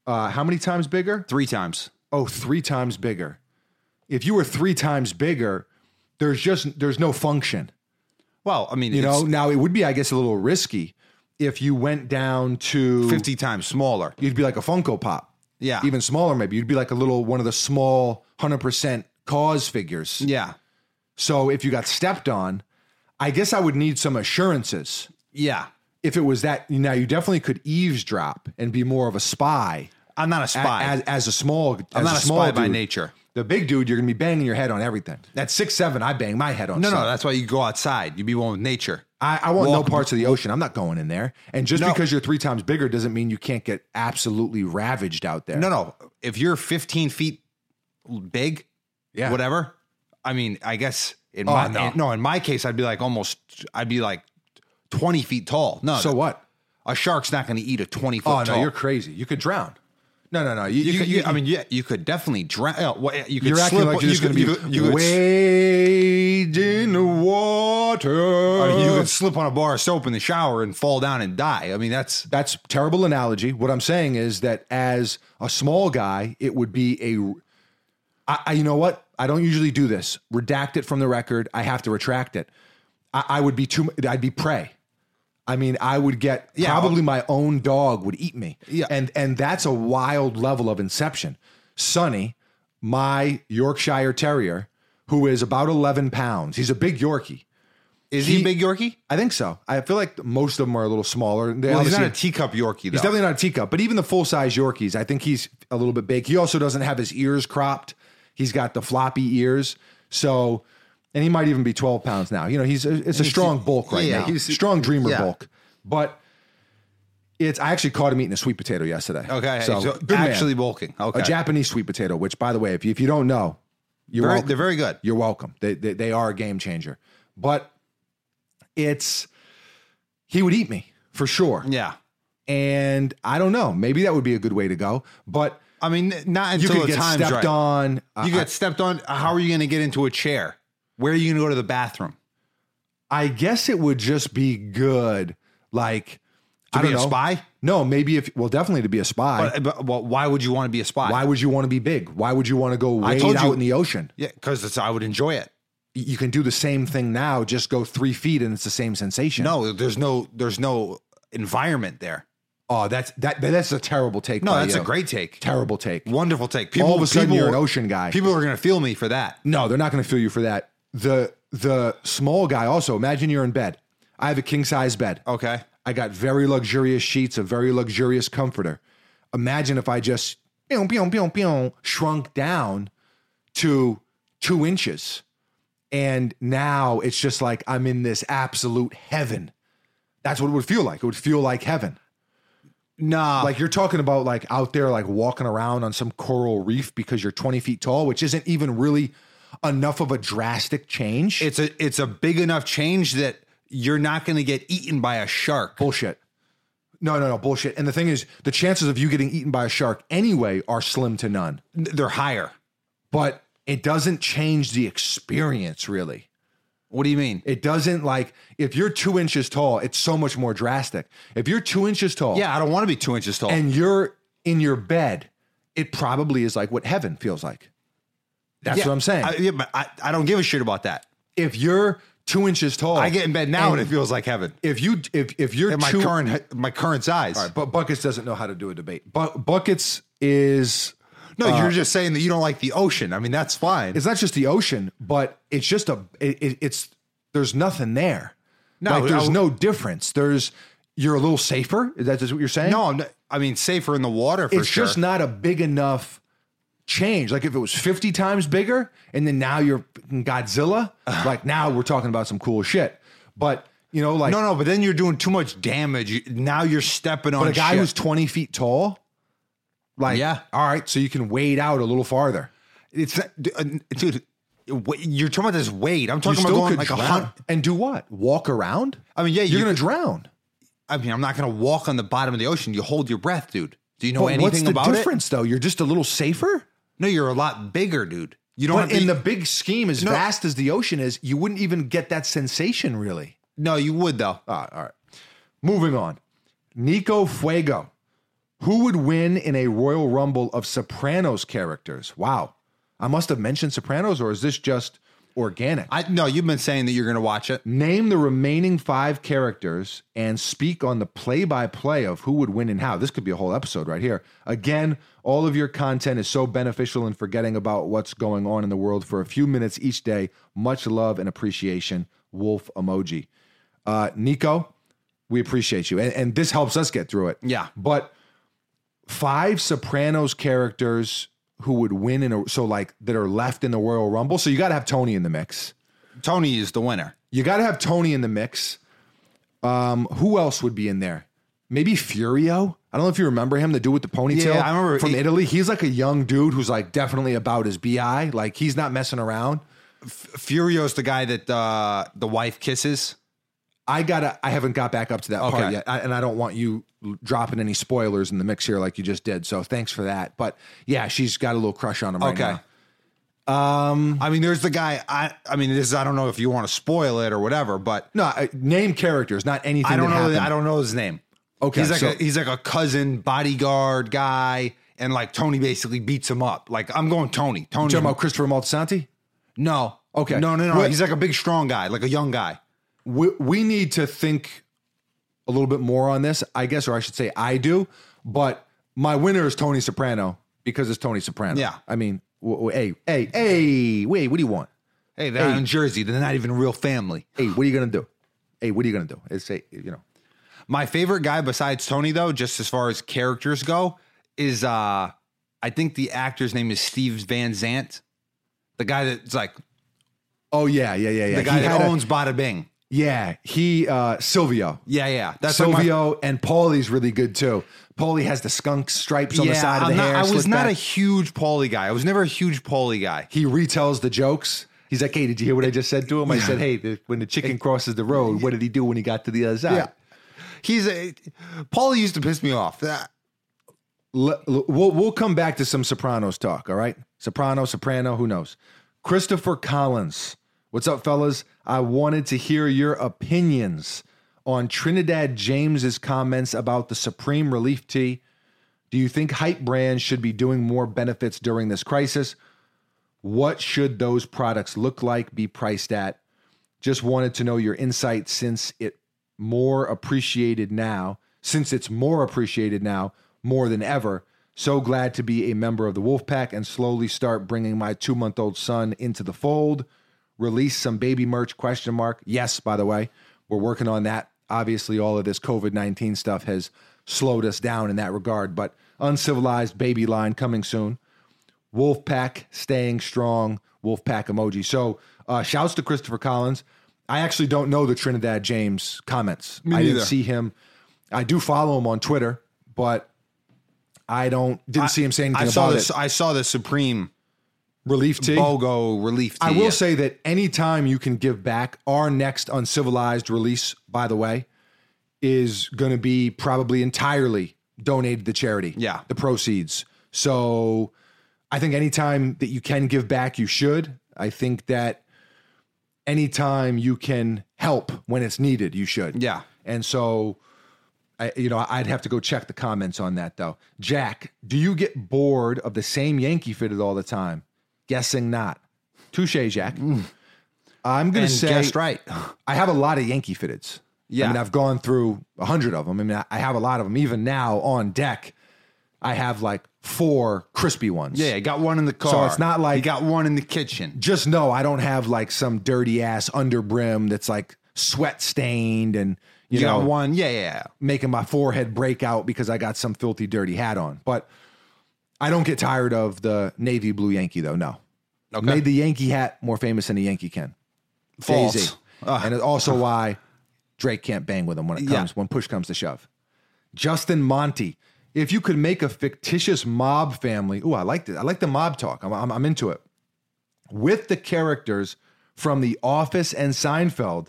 S1: uh how many times bigger?
S2: Three times.
S1: Oh, three times bigger. If you were three times bigger, there's just there's no function.
S2: Well, I mean,
S1: You
S2: it's
S1: know, now it would be, I guess, a little risky if you went down to
S2: fifty times smaller.
S1: you'd be like a Funko Pop.
S2: Yeah.
S1: Even smaller, maybe. You'd be like a little one of the small hundred percent cause figures.
S2: Yeah.
S1: So if you got stepped on, I guess I would need some assurances.
S2: Yeah.
S1: if it was that now you definitely could eavesdrop and be more of a spy,
S2: I'm not a
S1: a-
S2: spy.
S1: As, as a small
S2: I'm
S1: as
S2: not a
S1: small
S2: spy by
S1: dude.
S2: nature.
S1: the big dude you're gonna be banging your head on everything at six seven i bang my head on
S2: No, no,
S1: stuff.
S2: that's why you go outside. You be one with nature.
S1: I, I want
S2: Walk-
S1: no parts of the ocean i'm not going in there and just
S2: No.
S1: because you're three times bigger doesn't mean you can't get absolutely ravaged out there
S2: No, no. If you're 15 feet big,
S1: yeah
S2: whatever. I mean, I guess in
S1: Oh,
S2: my
S1: no.
S2: no. no, in my case, I'd be like almost. I'd be like 20 feet tall. No,
S1: so what
S2: a shark's not going to eat a 20 foot.
S1: oh
S2: tall.
S1: no you're crazy you could drown no no no you,
S2: You
S1: you,
S2: could,
S1: you-
S2: you- I mean, yeah, you could definitely drown. yeah, well, You could
S1: you're acting
S2: slip-
S1: like you're just
S2: you
S1: going
S2: could-
S1: to be
S2: you could- you could
S1: wade in the water.
S2: I mean, you could slip on a bar of soap in the shower and fall down and die. I mean, that's
S1: That's terrible analogy. What I'm saying is that as a small guy, it would be a. I, I you know what? I don't usually do this. Redact it from the record. I have to retract it. I, I would be too. I'd be prey. I mean, I would get
S2: Yeah.
S1: probably my own dog would eat me.
S2: Yeah.
S1: and and that's a wild level of inception. Sonny, my Yorkshire Terrier, who is about 11 pounds. He's a big Yorkie.
S2: is he,
S1: He-
S2: a big Yorkie?
S1: I think so. I feel like most of them are a little smaller. They
S2: Well, he's not
S1: obviously-
S2: a teacup Yorkie though.
S1: He's definitely not a teacup, but even the full size Yorkies, I think he's a little bit big. He also doesn't have his ears cropped. He's got the floppy ears. So, and he might even be 12 pounds now. You know, he's a, it's a strong bulk right
S2: yeah,
S1: now.
S2: he's-
S1: strong dreamer
S2: yeah.
S1: bulk. But it's, I actually caught him eating a sweet potato yesterday.
S2: okay,
S1: So,
S2: so
S1: good man.
S2: actually bulking. Okay,
S1: A Japanese sweet potato, which by the way, if you, if you don't know, you're
S2: Very-
S1: welcome.
S2: they're very good.
S1: You're welcome. They, they they are a game changer. But it's he would eat me for sure.
S2: Yeah.
S1: And I don't know. Maybe that would be a good way to go. But
S2: I mean, not
S1: you
S2: until
S1: could
S2: the
S1: get
S2: time's
S1: stepped
S2: right.
S1: on. Uh, I-
S2: You get stepped on. How are you going to get into a chair? Where are you going to go to the bathroom?
S1: I guess it would just be good. Like
S2: To
S1: I
S2: be
S1: don't
S2: a
S1: know.
S2: spy?
S1: No, maybe if well, definitely to be a spy.
S2: But, but well, why would you want to be a spy?
S1: Why would you want to be big? Why would you want to go wade
S2: told you-
S1: out in the ocean?
S2: Yeah, because I would enjoy it.
S1: Y- You can do the same thing now. Just go three feet, and it's the same sensation.
S2: No, there's no, there's no environment there.
S1: Oh, that's that. That's a terrible take.
S2: No,
S1: by
S2: that's
S1: you.
S2: a great take.
S1: terrible take.
S2: Wonderful take.
S1: All of a sudden,
S2: people-
S1: you're an ocean guy.
S2: People are going to feel me for that.
S1: no, they're not going to feel you for that. The the small guy. Also, imagine you're in bed. I have a king size bed.
S2: Okay.
S1: I got very luxurious sheets, a very luxurious comforter. Imagine if I just pew, pew, pew, pew, shrunk down to two inches. And now it's just like I'm in this absolute heaven. That's what it would feel like. It would feel like heaven.
S2: Nah,
S1: Like you're talking about like out there, like walking around on some coral reef because you're 20 feet tall, which isn't even really enough of a drastic change.
S2: it's a it's a big enough change that you're not going to get eaten by a shark.
S1: bullshit. No, no, no, bullshit. And the thing is, the chances of you getting eaten by a shark anyway are slim to none.
S2: They're higher.
S1: But it doesn't change the experience really.
S2: What do you mean?
S1: It doesn't like if you're two inches tall, it's so much more drastic. If you're two inches tall
S2: Yeah, I don't want to be two inches tall.
S1: and you're in your bed, it probably is like what heaven feels like. That's
S2: Yeah,
S1: what I'm saying.
S2: I, yeah, but I, I don't give a shit about that.
S1: if you're two inches tall,
S2: I get in bed now Oh. and,
S1: and
S2: it feels like heaven.
S1: if you if if you're
S2: In my
S1: two,
S2: current my current size.
S1: but buckets doesn't know how to do a debate. But buckets is
S2: no, you're just saying that you don't like the ocean. I mean, that's fine.
S1: it's not just the ocean, but it's just a it, it, it's there's nothing there.
S2: No,
S1: like, there's
S2: I-
S1: no difference. There's you're a little safer. Is that just what you're saying?
S2: No, I'm not, I mean safer in the water for
S1: it's
S2: sure.
S1: just not a big enough change. Like if it was 50 times bigger and then now you're fucking Godzilla, like now we're talking about some cool shit. But you know, like
S2: no, no, but then you're doing too much damage. You- Now you're stepping on
S1: but a guy
S2: shit.
S1: who's 20 feet tall, like,
S2: Yeah.
S1: all right, so you can wade out a little farther.
S2: it's not- d- uh, dude. wa- You're talking about this weight. I'm
S1: You
S2: talking about
S1: still
S2: going
S1: could
S2: like a
S1: drown
S2: hundred.
S1: and do what? Walk around?
S2: I mean, yeah,
S1: You're
S2: you
S1: gonna drown.
S2: I mean, I'm not going to walk on the bottom of the ocean. You hold your breath, dude. Do you know
S1: But
S2: anything
S1: what's the
S2: about
S1: difference though? You're just a little safer.
S2: it? No, you're a lot bigger, dude. You don't
S1: But
S2: have
S1: in
S2: to,
S1: the big scheme, as
S2: No.
S1: vast as the ocean is, you wouldn't even get that sensation really.
S2: No, you would though.
S1: All right, all right. Moving on. Nico Fuego. Who would win in a Royal Rumble of Sopranos characters? Wow. I must have mentioned Sopranos, or is this just organic?
S2: I no, you've been saying that you're going to watch it.
S1: Name the remaining five characters and speak on the play by play of who would win and how. This could be a whole episode right here. Again, all of your content is so beneficial in forgetting about what's going on in the world for a few minutes each day. Much love and appreciation. Wolf emoji. Uh, Nico, we appreciate you. And, and this helps us get through it.
S2: Yeah.
S1: But five Sopranos characters who would win in a, so like that are left in the Royal Rumble. So you got to have Tony in the mix.
S2: Tony is the winner.
S1: You got to have Tony in the mix. Um, who else would be in there? Maybe Furio. I don't know if you remember him, the dude with the ponytail.
S2: Yeah, I remember.
S1: from
S2: He-
S1: Italy. He's like a young dude who's like definitely about his bi. Like he's not messing around.
S2: Furio's the guy that uh, the wife kisses.
S1: I gotta. I haven't got back up to that part
S2: Okay.
S1: yet, I, and I don't want you l- dropping any spoilers in the mix here like you just did. So thanks for that. But yeah, she's got a little crush on him right
S2: Okay.
S1: now.
S2: Um, I mean, there's the guy. I I mean, this is, I don't know if you want to spoil it or whatever, but
S1: No, I, name characters, not anything.
S2: I don't
S1: that
S2: know.
S1: happened.
S2: I don't know his name.
S1: Okay,
S2: he's like
S1: so-
S2: a, he's like a cousin bodyguard guy, and like Tony basically beats him up. Like I'm going Tony. Tony.
S1: Talking about Christopher Maltasanti.
S2: No.
S1: Okay.
S2: No, no, no.
S1: What-
S2: He's like a big, strong guy, like a young guy.
S1: we, we need to think a little bit more on this, I guess, or I should say I do. But my winner is Tony Soprano because it's Tony Soprano.
S2: Yeah.
S1: I mean, w- w- hey, hey, hey, wait, what do you want?
S2: Hey, they're out in Jersey. They're not even real family.
S1: Hey, what are you going to do? Hey, what are you going to do? It's a, you know,
S2: My favorite guy besides Tony, though, just as far as characters go, is uh I think the actor's name is Steve Van Zant. The guy that's like
S1: oh, yeah, yeah, yeah, yeah.
S2: the guy
S1: He
S2: that
S1: had a-
S2: owns Bada Bing.
S1: yeah, he, uh, Silvio.
S2: Yeah, yeah. That's like my-
S1: Silvio and Paulie's really good too. Paulie has the skunk stripes on the side of
S2: I'm
S1: the
S2: not-
S1: hair.
S2: I was
S1: slicked
S2: not
S1: back.
S2: a huge Paulie guy. I was never a huge Paulie guy.
S1: he retells the jokes. He's like, "Hey, did you hear what I just said to him?" I said, "Hey, the, when the chicken crosses the road, what did he do when he got to the other side?"
S2: He's a Paulie used to piss me off. That-
S1: L- l- we'll we'll come back to some Sopranos talk. All right, Soprano, Soprano, who knows? Christopher Collins, what's up, fellas? I wanted to hear your opinions on Trinidad James's comments about the Supreme Relief Tea. Do you think hype brands should be doing more benefits during this crisis? What should those products look like, be priced at? Just wanted to know your insight since it more appreciated now, since it's more appreciated now more than ever. So glad to be a member of the Wolfpack and slowly start bringing my 2-month-old son into the fold. Release some baby merch question mark. Yes, by the way, we're working on that. Obviously, all of this COVID-19 stuff has slowed us down in that regard, but uncivilized baby line coming soon. Wolfpack staying strong, Wolfpack emoji. So uh, shouts to Christopher Collins. I actually don't know the Trinidad James comments. I
S2: neither.
S1: didn't see him. I do follow him on Twitter, but I don't didn't see him saying
S2: I
S1: anything
S2: saw
S1: about
S2: this.
S1: it.
S2: I saw the Oh, Supreme
S1: Relief T.
S2: Bogo relief.
S1: I will
S2: yeah.
S1: say that anytime you can give back, our next uncivilized release, by the way, is going to be probably entirely donated to charity.
S2: Yeah.
S1: The proceeds. So I think anytime that you can give back, you should. I think that anytime you can help when it's needed, you should.
S2: Yeah.
S1: And so, I, you know, I'd have to go check the comments on that though. Jack, do you get bored of the same Yankee fitted all the time? Guessing not. Touche, Jack. I'm going
S2: Mm. And
S1: to say
S2: guessed right.
S1: I have a lot of Yankee fitteds.
S2: Yeah.
S1: I mean, I've gone through a hundred of them. I mean, I- I have a lot of them. Even now on deck, I have like four crispy ones.
S2: Yeah, I got one in the car.
S1: it's not like-
S2: you got one in the kitchen.
S1: Just know I don't have like some dirty ass underbrim that's like sweat stained and you,
S2: You
S1: know
S2: got one. Yeah, yeah, yeah.
S1: making my forehead break out because I got some filthy, dirty hat on. But I don't get tired of the navy blue Yankee though. No,
S2: Okay.
S1: made the Yankee hat more famous than a Yankee can.
S2: False.
S1: Jay-Z.
S2: Ah.
S1: and it's also why Drake can't bang with him when it
S2: Yeah.
S1: comes when push comes to shove. Justin Monty, if you could make a fictitious mob family, oh, I liked it. I like the mob talk. I'm, I'm, I'm into it. With the characters from The Office and Seinfeld,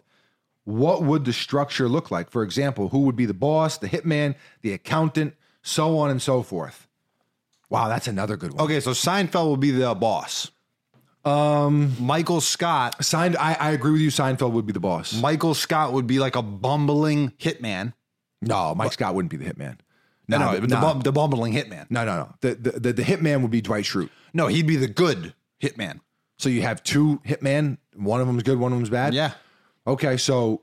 S1: what would the structure look like? For example, who would be the boss, the hitman, the accountant, so on and so forth. Wow, that's another good one.
S2: Okay, so Seinfeld will be the boss. Um, Michael Scott.
S1: Seinf- I, I agree with you. Seinfeld would be the boss.
S2: Michael Scott would be like a bumbling hitman.
S1: No, Mike Scott wouldn't be the hitman.
S2: No,
S1: Nah,
S2: no, the,
S1: nah.
S2: bum, the bumbling hitman.
S1: No, no, no. The, the the the hitman would be Dwight Schrute.
S2: No, he'd be the good hitman.
S1: So you have two hitman. One of them's good. One of them's bad.
S2: Yeah,
S1: Okay. So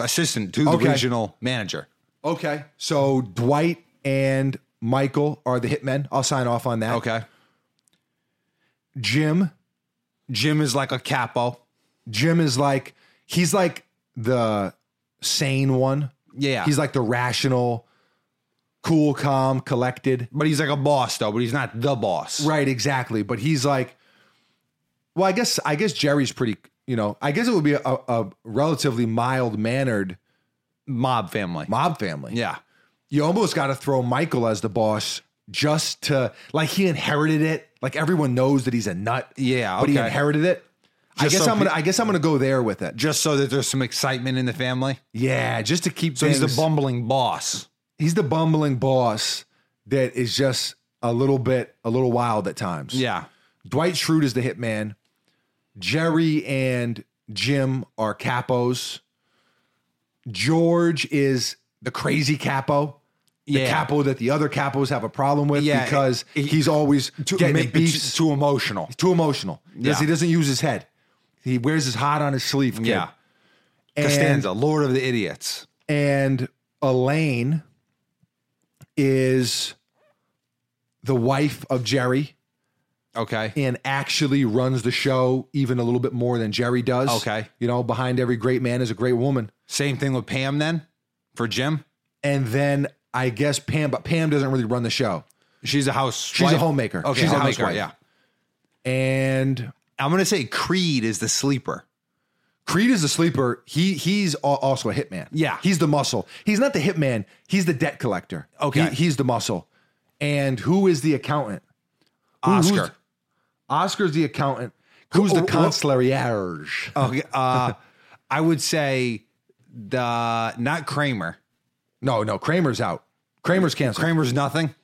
S2: assistant to the
S1: Okay.
S2: regional manager.
S1: okay. So Dwight and Michael are the hitmen. I'll sign off on that.
S2: Okay,
S1: Jim.
S2: Jim is like a capo.
S1: Jim is like he's like the sane one.
S2: Yeah,
S1: He's like the rational, cool, calm, collected.
S2: but he's like a boss though. But he's not the boss.
S1: Right, exactly. But he's like, well, I guess I guess Jerry's pretty. You know, I guess it would be a, a relatively mild mannered
S2: Mob family.
S1: mob family.
S2: Yeah,
S1: You almost got to throw Michael as the boss just to like he inherited it. Like everyone knows that he's a nut.
S2: Yeah,
S1: but he
S2: okay.
S1: inherited it. I
S2: Just
S1: guess
S2: so
S1: I'm
S2: pe-
S1: gonna. I guess I'm gonna go there with it.
S2: just so that there's some excitement in the family.
S1: Yeah, just to keep.
S2: So he's the
S1: things-
S2: bumbling boss.
S1: he's the bumbling boss that is just a little bit a little wild at times.
S2: Yeah.
S1: Dwight Schrute is the hitman. Jerry and Jim are capos. George is the crazy capo, the
S2: Yeah.
S1: capo that the other capos have a problem with
S2: Yeah,
S1: because
S2: he-
S1: he's always getting
S2: ma-
S1: the beefs.
S2: too emotional.
S1: too emotional. Yes,
S2: Yeah.
S1: he doesn't use his head. He wears his heart on his sleeve. Kid.
S2: Yeah.
S1: and,
S2: Costanza, Lord of the Idiots.
S1: and Elaine is the wife of Jerry
S2: Okay.
S1: and actually runs the show even a little bit more than Jerry does.
S2: Okay.
S1: You know, behind every great man is a great woman.
S2: Same thing with Pam then for Jim.
S1: And then I guess Pam, but Pam doesn't really run the show.
S2: She's a house.
S1: She's a homemaker.
S2: Okay,
S1: She's a
S2: homemaker.
S1: housewife.
S2: Yeah.
S1: And
S2: I'm gonna say Creed is the sleeper.
S1: Creed is the sleeper. He he's al- also a hitman.
S2: Yeah.
S1: He's the muscle. He's not the hitman. He's the debt collector.
S2: Okay.
S1: He- he's the muscle. And who is the accountant? Who- who's-
S2: Oscar.
S1: Oscar's the accountant. Who's the
S2: Wh- wh-
S1: consigliere?
S2: Okay. Uh, I would say the not Kramer.
S1: No, no, Kramer's out. Kramer's canceled.
S2: Kramer's nothing.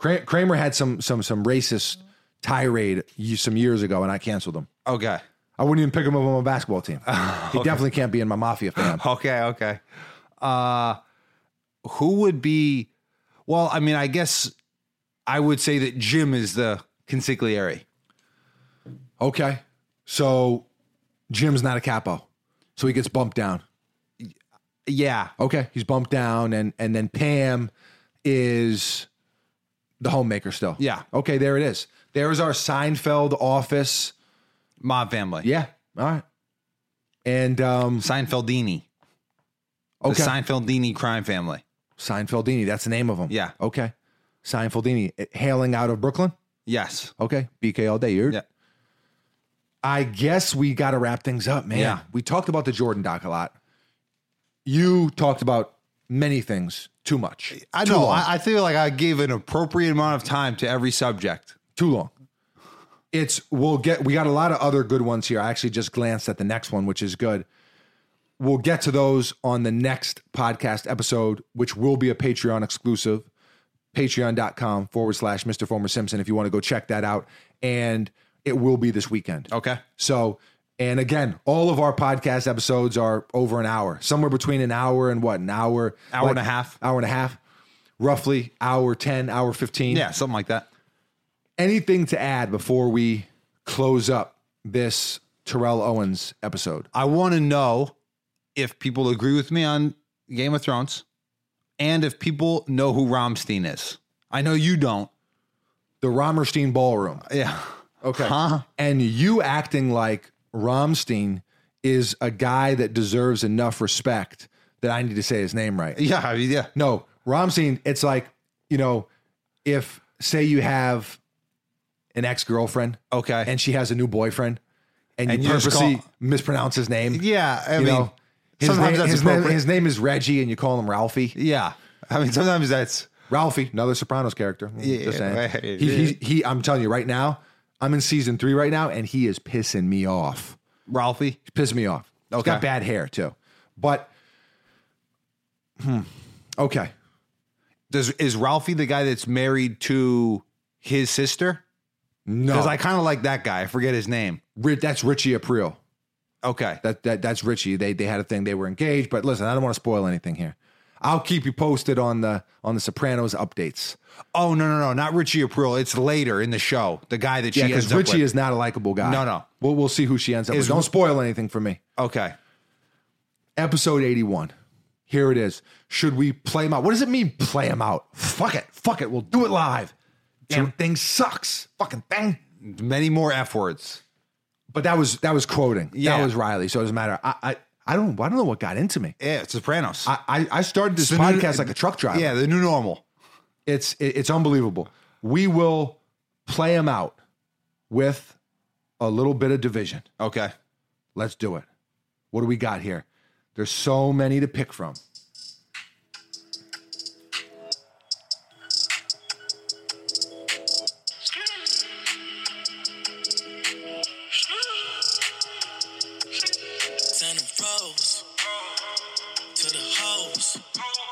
S1: Kra- Kramer had some some some racist tirade ye- some years ago, and I canceled him.
S2: Okay.
S1: I wouldn't even pick him up on my basketball team. He definitely can't be in my mafia fan.
S2: Okay, okay. Uh who would be well, I mean, I guess I would say that Jim is the consigliere.
S1: Okay, so Jim's not a capo, so he gets bumped down.
S2: Yeah.
S1: Okay, he's bumped down, and and then Pam is the homemaker still.
S2: Yeah.
S1: Okay, there it is. There is our Seinfeld office.
S2: Mob family.
S1: Yeah. All right. And um,
S2: Seinfeldini.
S1: okay,
S2: The Seinfeldini crime family.
S1: Seinfeldini. That's the name of him.
S2: Yeah.
S1: Okay. Seinfeldini, eh, hailing out of Brooklyn.
S2: Yes.
S1: Okay, BK all day. You're.
S2: Yeah.
S1: I guess we got to wrap things up, man.
S2: Yeah.
S1: We talked about the Jordan doc a lot. You talked about many things too much.
S2: I
S1: too
S2: know.
S1: long.
S2: I, I feel like I gave an appropriate amount of time to every subject.
S1: too long. It's we'll get we got a lot of other good ones here. I actually just glanced at the next one, which is good. We'll get to those on the next podcast episode, which will be a Patreon exclusive. Patreon.com forward slash Mr. Former Simpson if you want to go check that out. And it will be this weekend.
S2: Okay.
S1: So, and again, all of our podcast episodes are over an hour, somewhere between an hour and what, an hour,
S2: Hour and a half.
S1: hour and a half, roughly hour 10, hour 15
S2: Yeah, something like that.
S1: anything to add before we close up this Terrell Owens episode?
S2: I want to know if people agree with me on Game of Thrones and if people know who Romstein is. I know you don't.
S1: The Romerstein Ballroom.
S2: Yeah.
S1: Okay.
S2: Huh?
S1: And you acting like Romstein is a guy that deserves enough respect that I need to say his name right.
S2: Yeah. I mean, yeah.
S1: No, Romstein, it's like, you know, if say you have an ex girlfriend
S2: Okay.
S1: and she has a new boyfriend and,
S2: And
S1: you
S2: you just
S1: purposely
S2: call-
S1: mispronounce his name.
S2: yeah. I
S1: you
S2: mean,
S1: know, his
S2: sometimes
S1: name-
S2: that's
S1: his name,
S2: appropriate.
S1: his name is Reggie, and you call him Ralphie.
S2: yeah. I mean, sometimes that's.
S1: Ralphie, another Sopranos character. Mm,
S2: Yeah,
S1: Just saying.
S2: right.
S1: He, he, he, I'm telling you right now, I'm in season three right now, and he is pissing me off.
S2: Ralphie.
S1: He's pissing me off. He's got
S2: Okay.
S1: bad hair too. But hmm, okay,
S2: Does is Ralphie the guy that's married to his sister?
S1: no,
S2: Because I kind of like that guy. I forget his name.
S1: Ri- that's Richie April.
S2: Okay.
S1: That that that's Richie. They they had a thing. They were engaged. But listen, I don't want to spoil anything here. I'll keep you posted on the on the Sopranos updates.
S2: Oh no no no! Not Richie April. It's later in the show. The guy that she
S1: Yeah,
S2: ends
S1: because
S2: up
S1: Richie
S2: with.
S1: is not a likable guy.
S2: No, no.
S1: We'll, we'll see who she ends up
S2: Is-
S1: with. Don't spoil anything for me.
S2: okay.
S1: Episode 81. Here it is. Should we play him out? What does it mean, play him out? Fuck it. Fuck it. We'll do it live. Damn thing sucks. Fucking thing.
S2: Many more f words.
S1: But that was that was quoting. That
S2: Yeah.
S1: was Riley. So it doesn't matter. I I, I don't I don't know what got into me.
S2: Yeah, it's Sopranos.
S1: I, I, I started this
S2: The new-
S1: podcast like a truck driver.
S2: Yeah, the new normal.
S1: It's it- it's unbelievable. We will play him out with a little bit of division.
S2: Okay.
S1: Let's do it. What do we got here? There's so many to pick from.
S3: Send them pros to the hoes.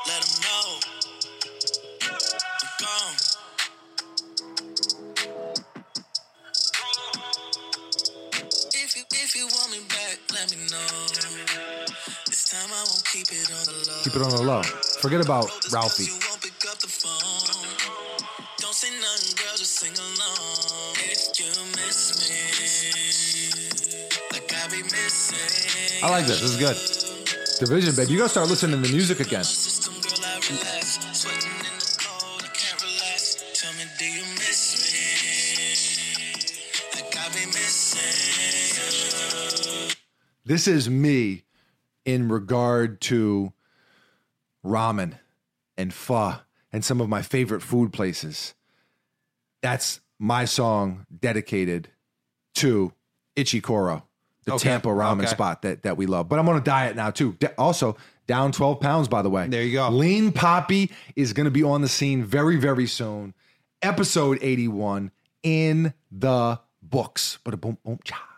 S3: Let 'em know I'm gone. If you if you want me back, let me know. This time I won't keep it on the low.
S1: Keep it on the low. Forget about
S3: Told this
S1: Ralphie.
S3: girl You won't pick up the phone. Don't say nothing, girl, just sing along. If you miss me, like I be missing.
S2: I like this. This is good.
S1: Division, babe. You gotta start listening to the music again.
S3: System, girl, I relax. Sweating in the cold, I can't relax. Tell me, do you miss me? Like I be missing.
S1: This is me in regard to ramen and pho and some of my favorite food places. That's my song dedicated to Ichikoro, the
S2: Okay,
S1: Tampa ramen
S2: okay.
S1: spot that, that we love. But I'm on a diet now too. Da- also, down 12 pounds, by the way.
S2: There you go.
S1: Lean Poppy is going to be on the scene very, very soon. Episode 81 in the books. But a boom, boom, cha.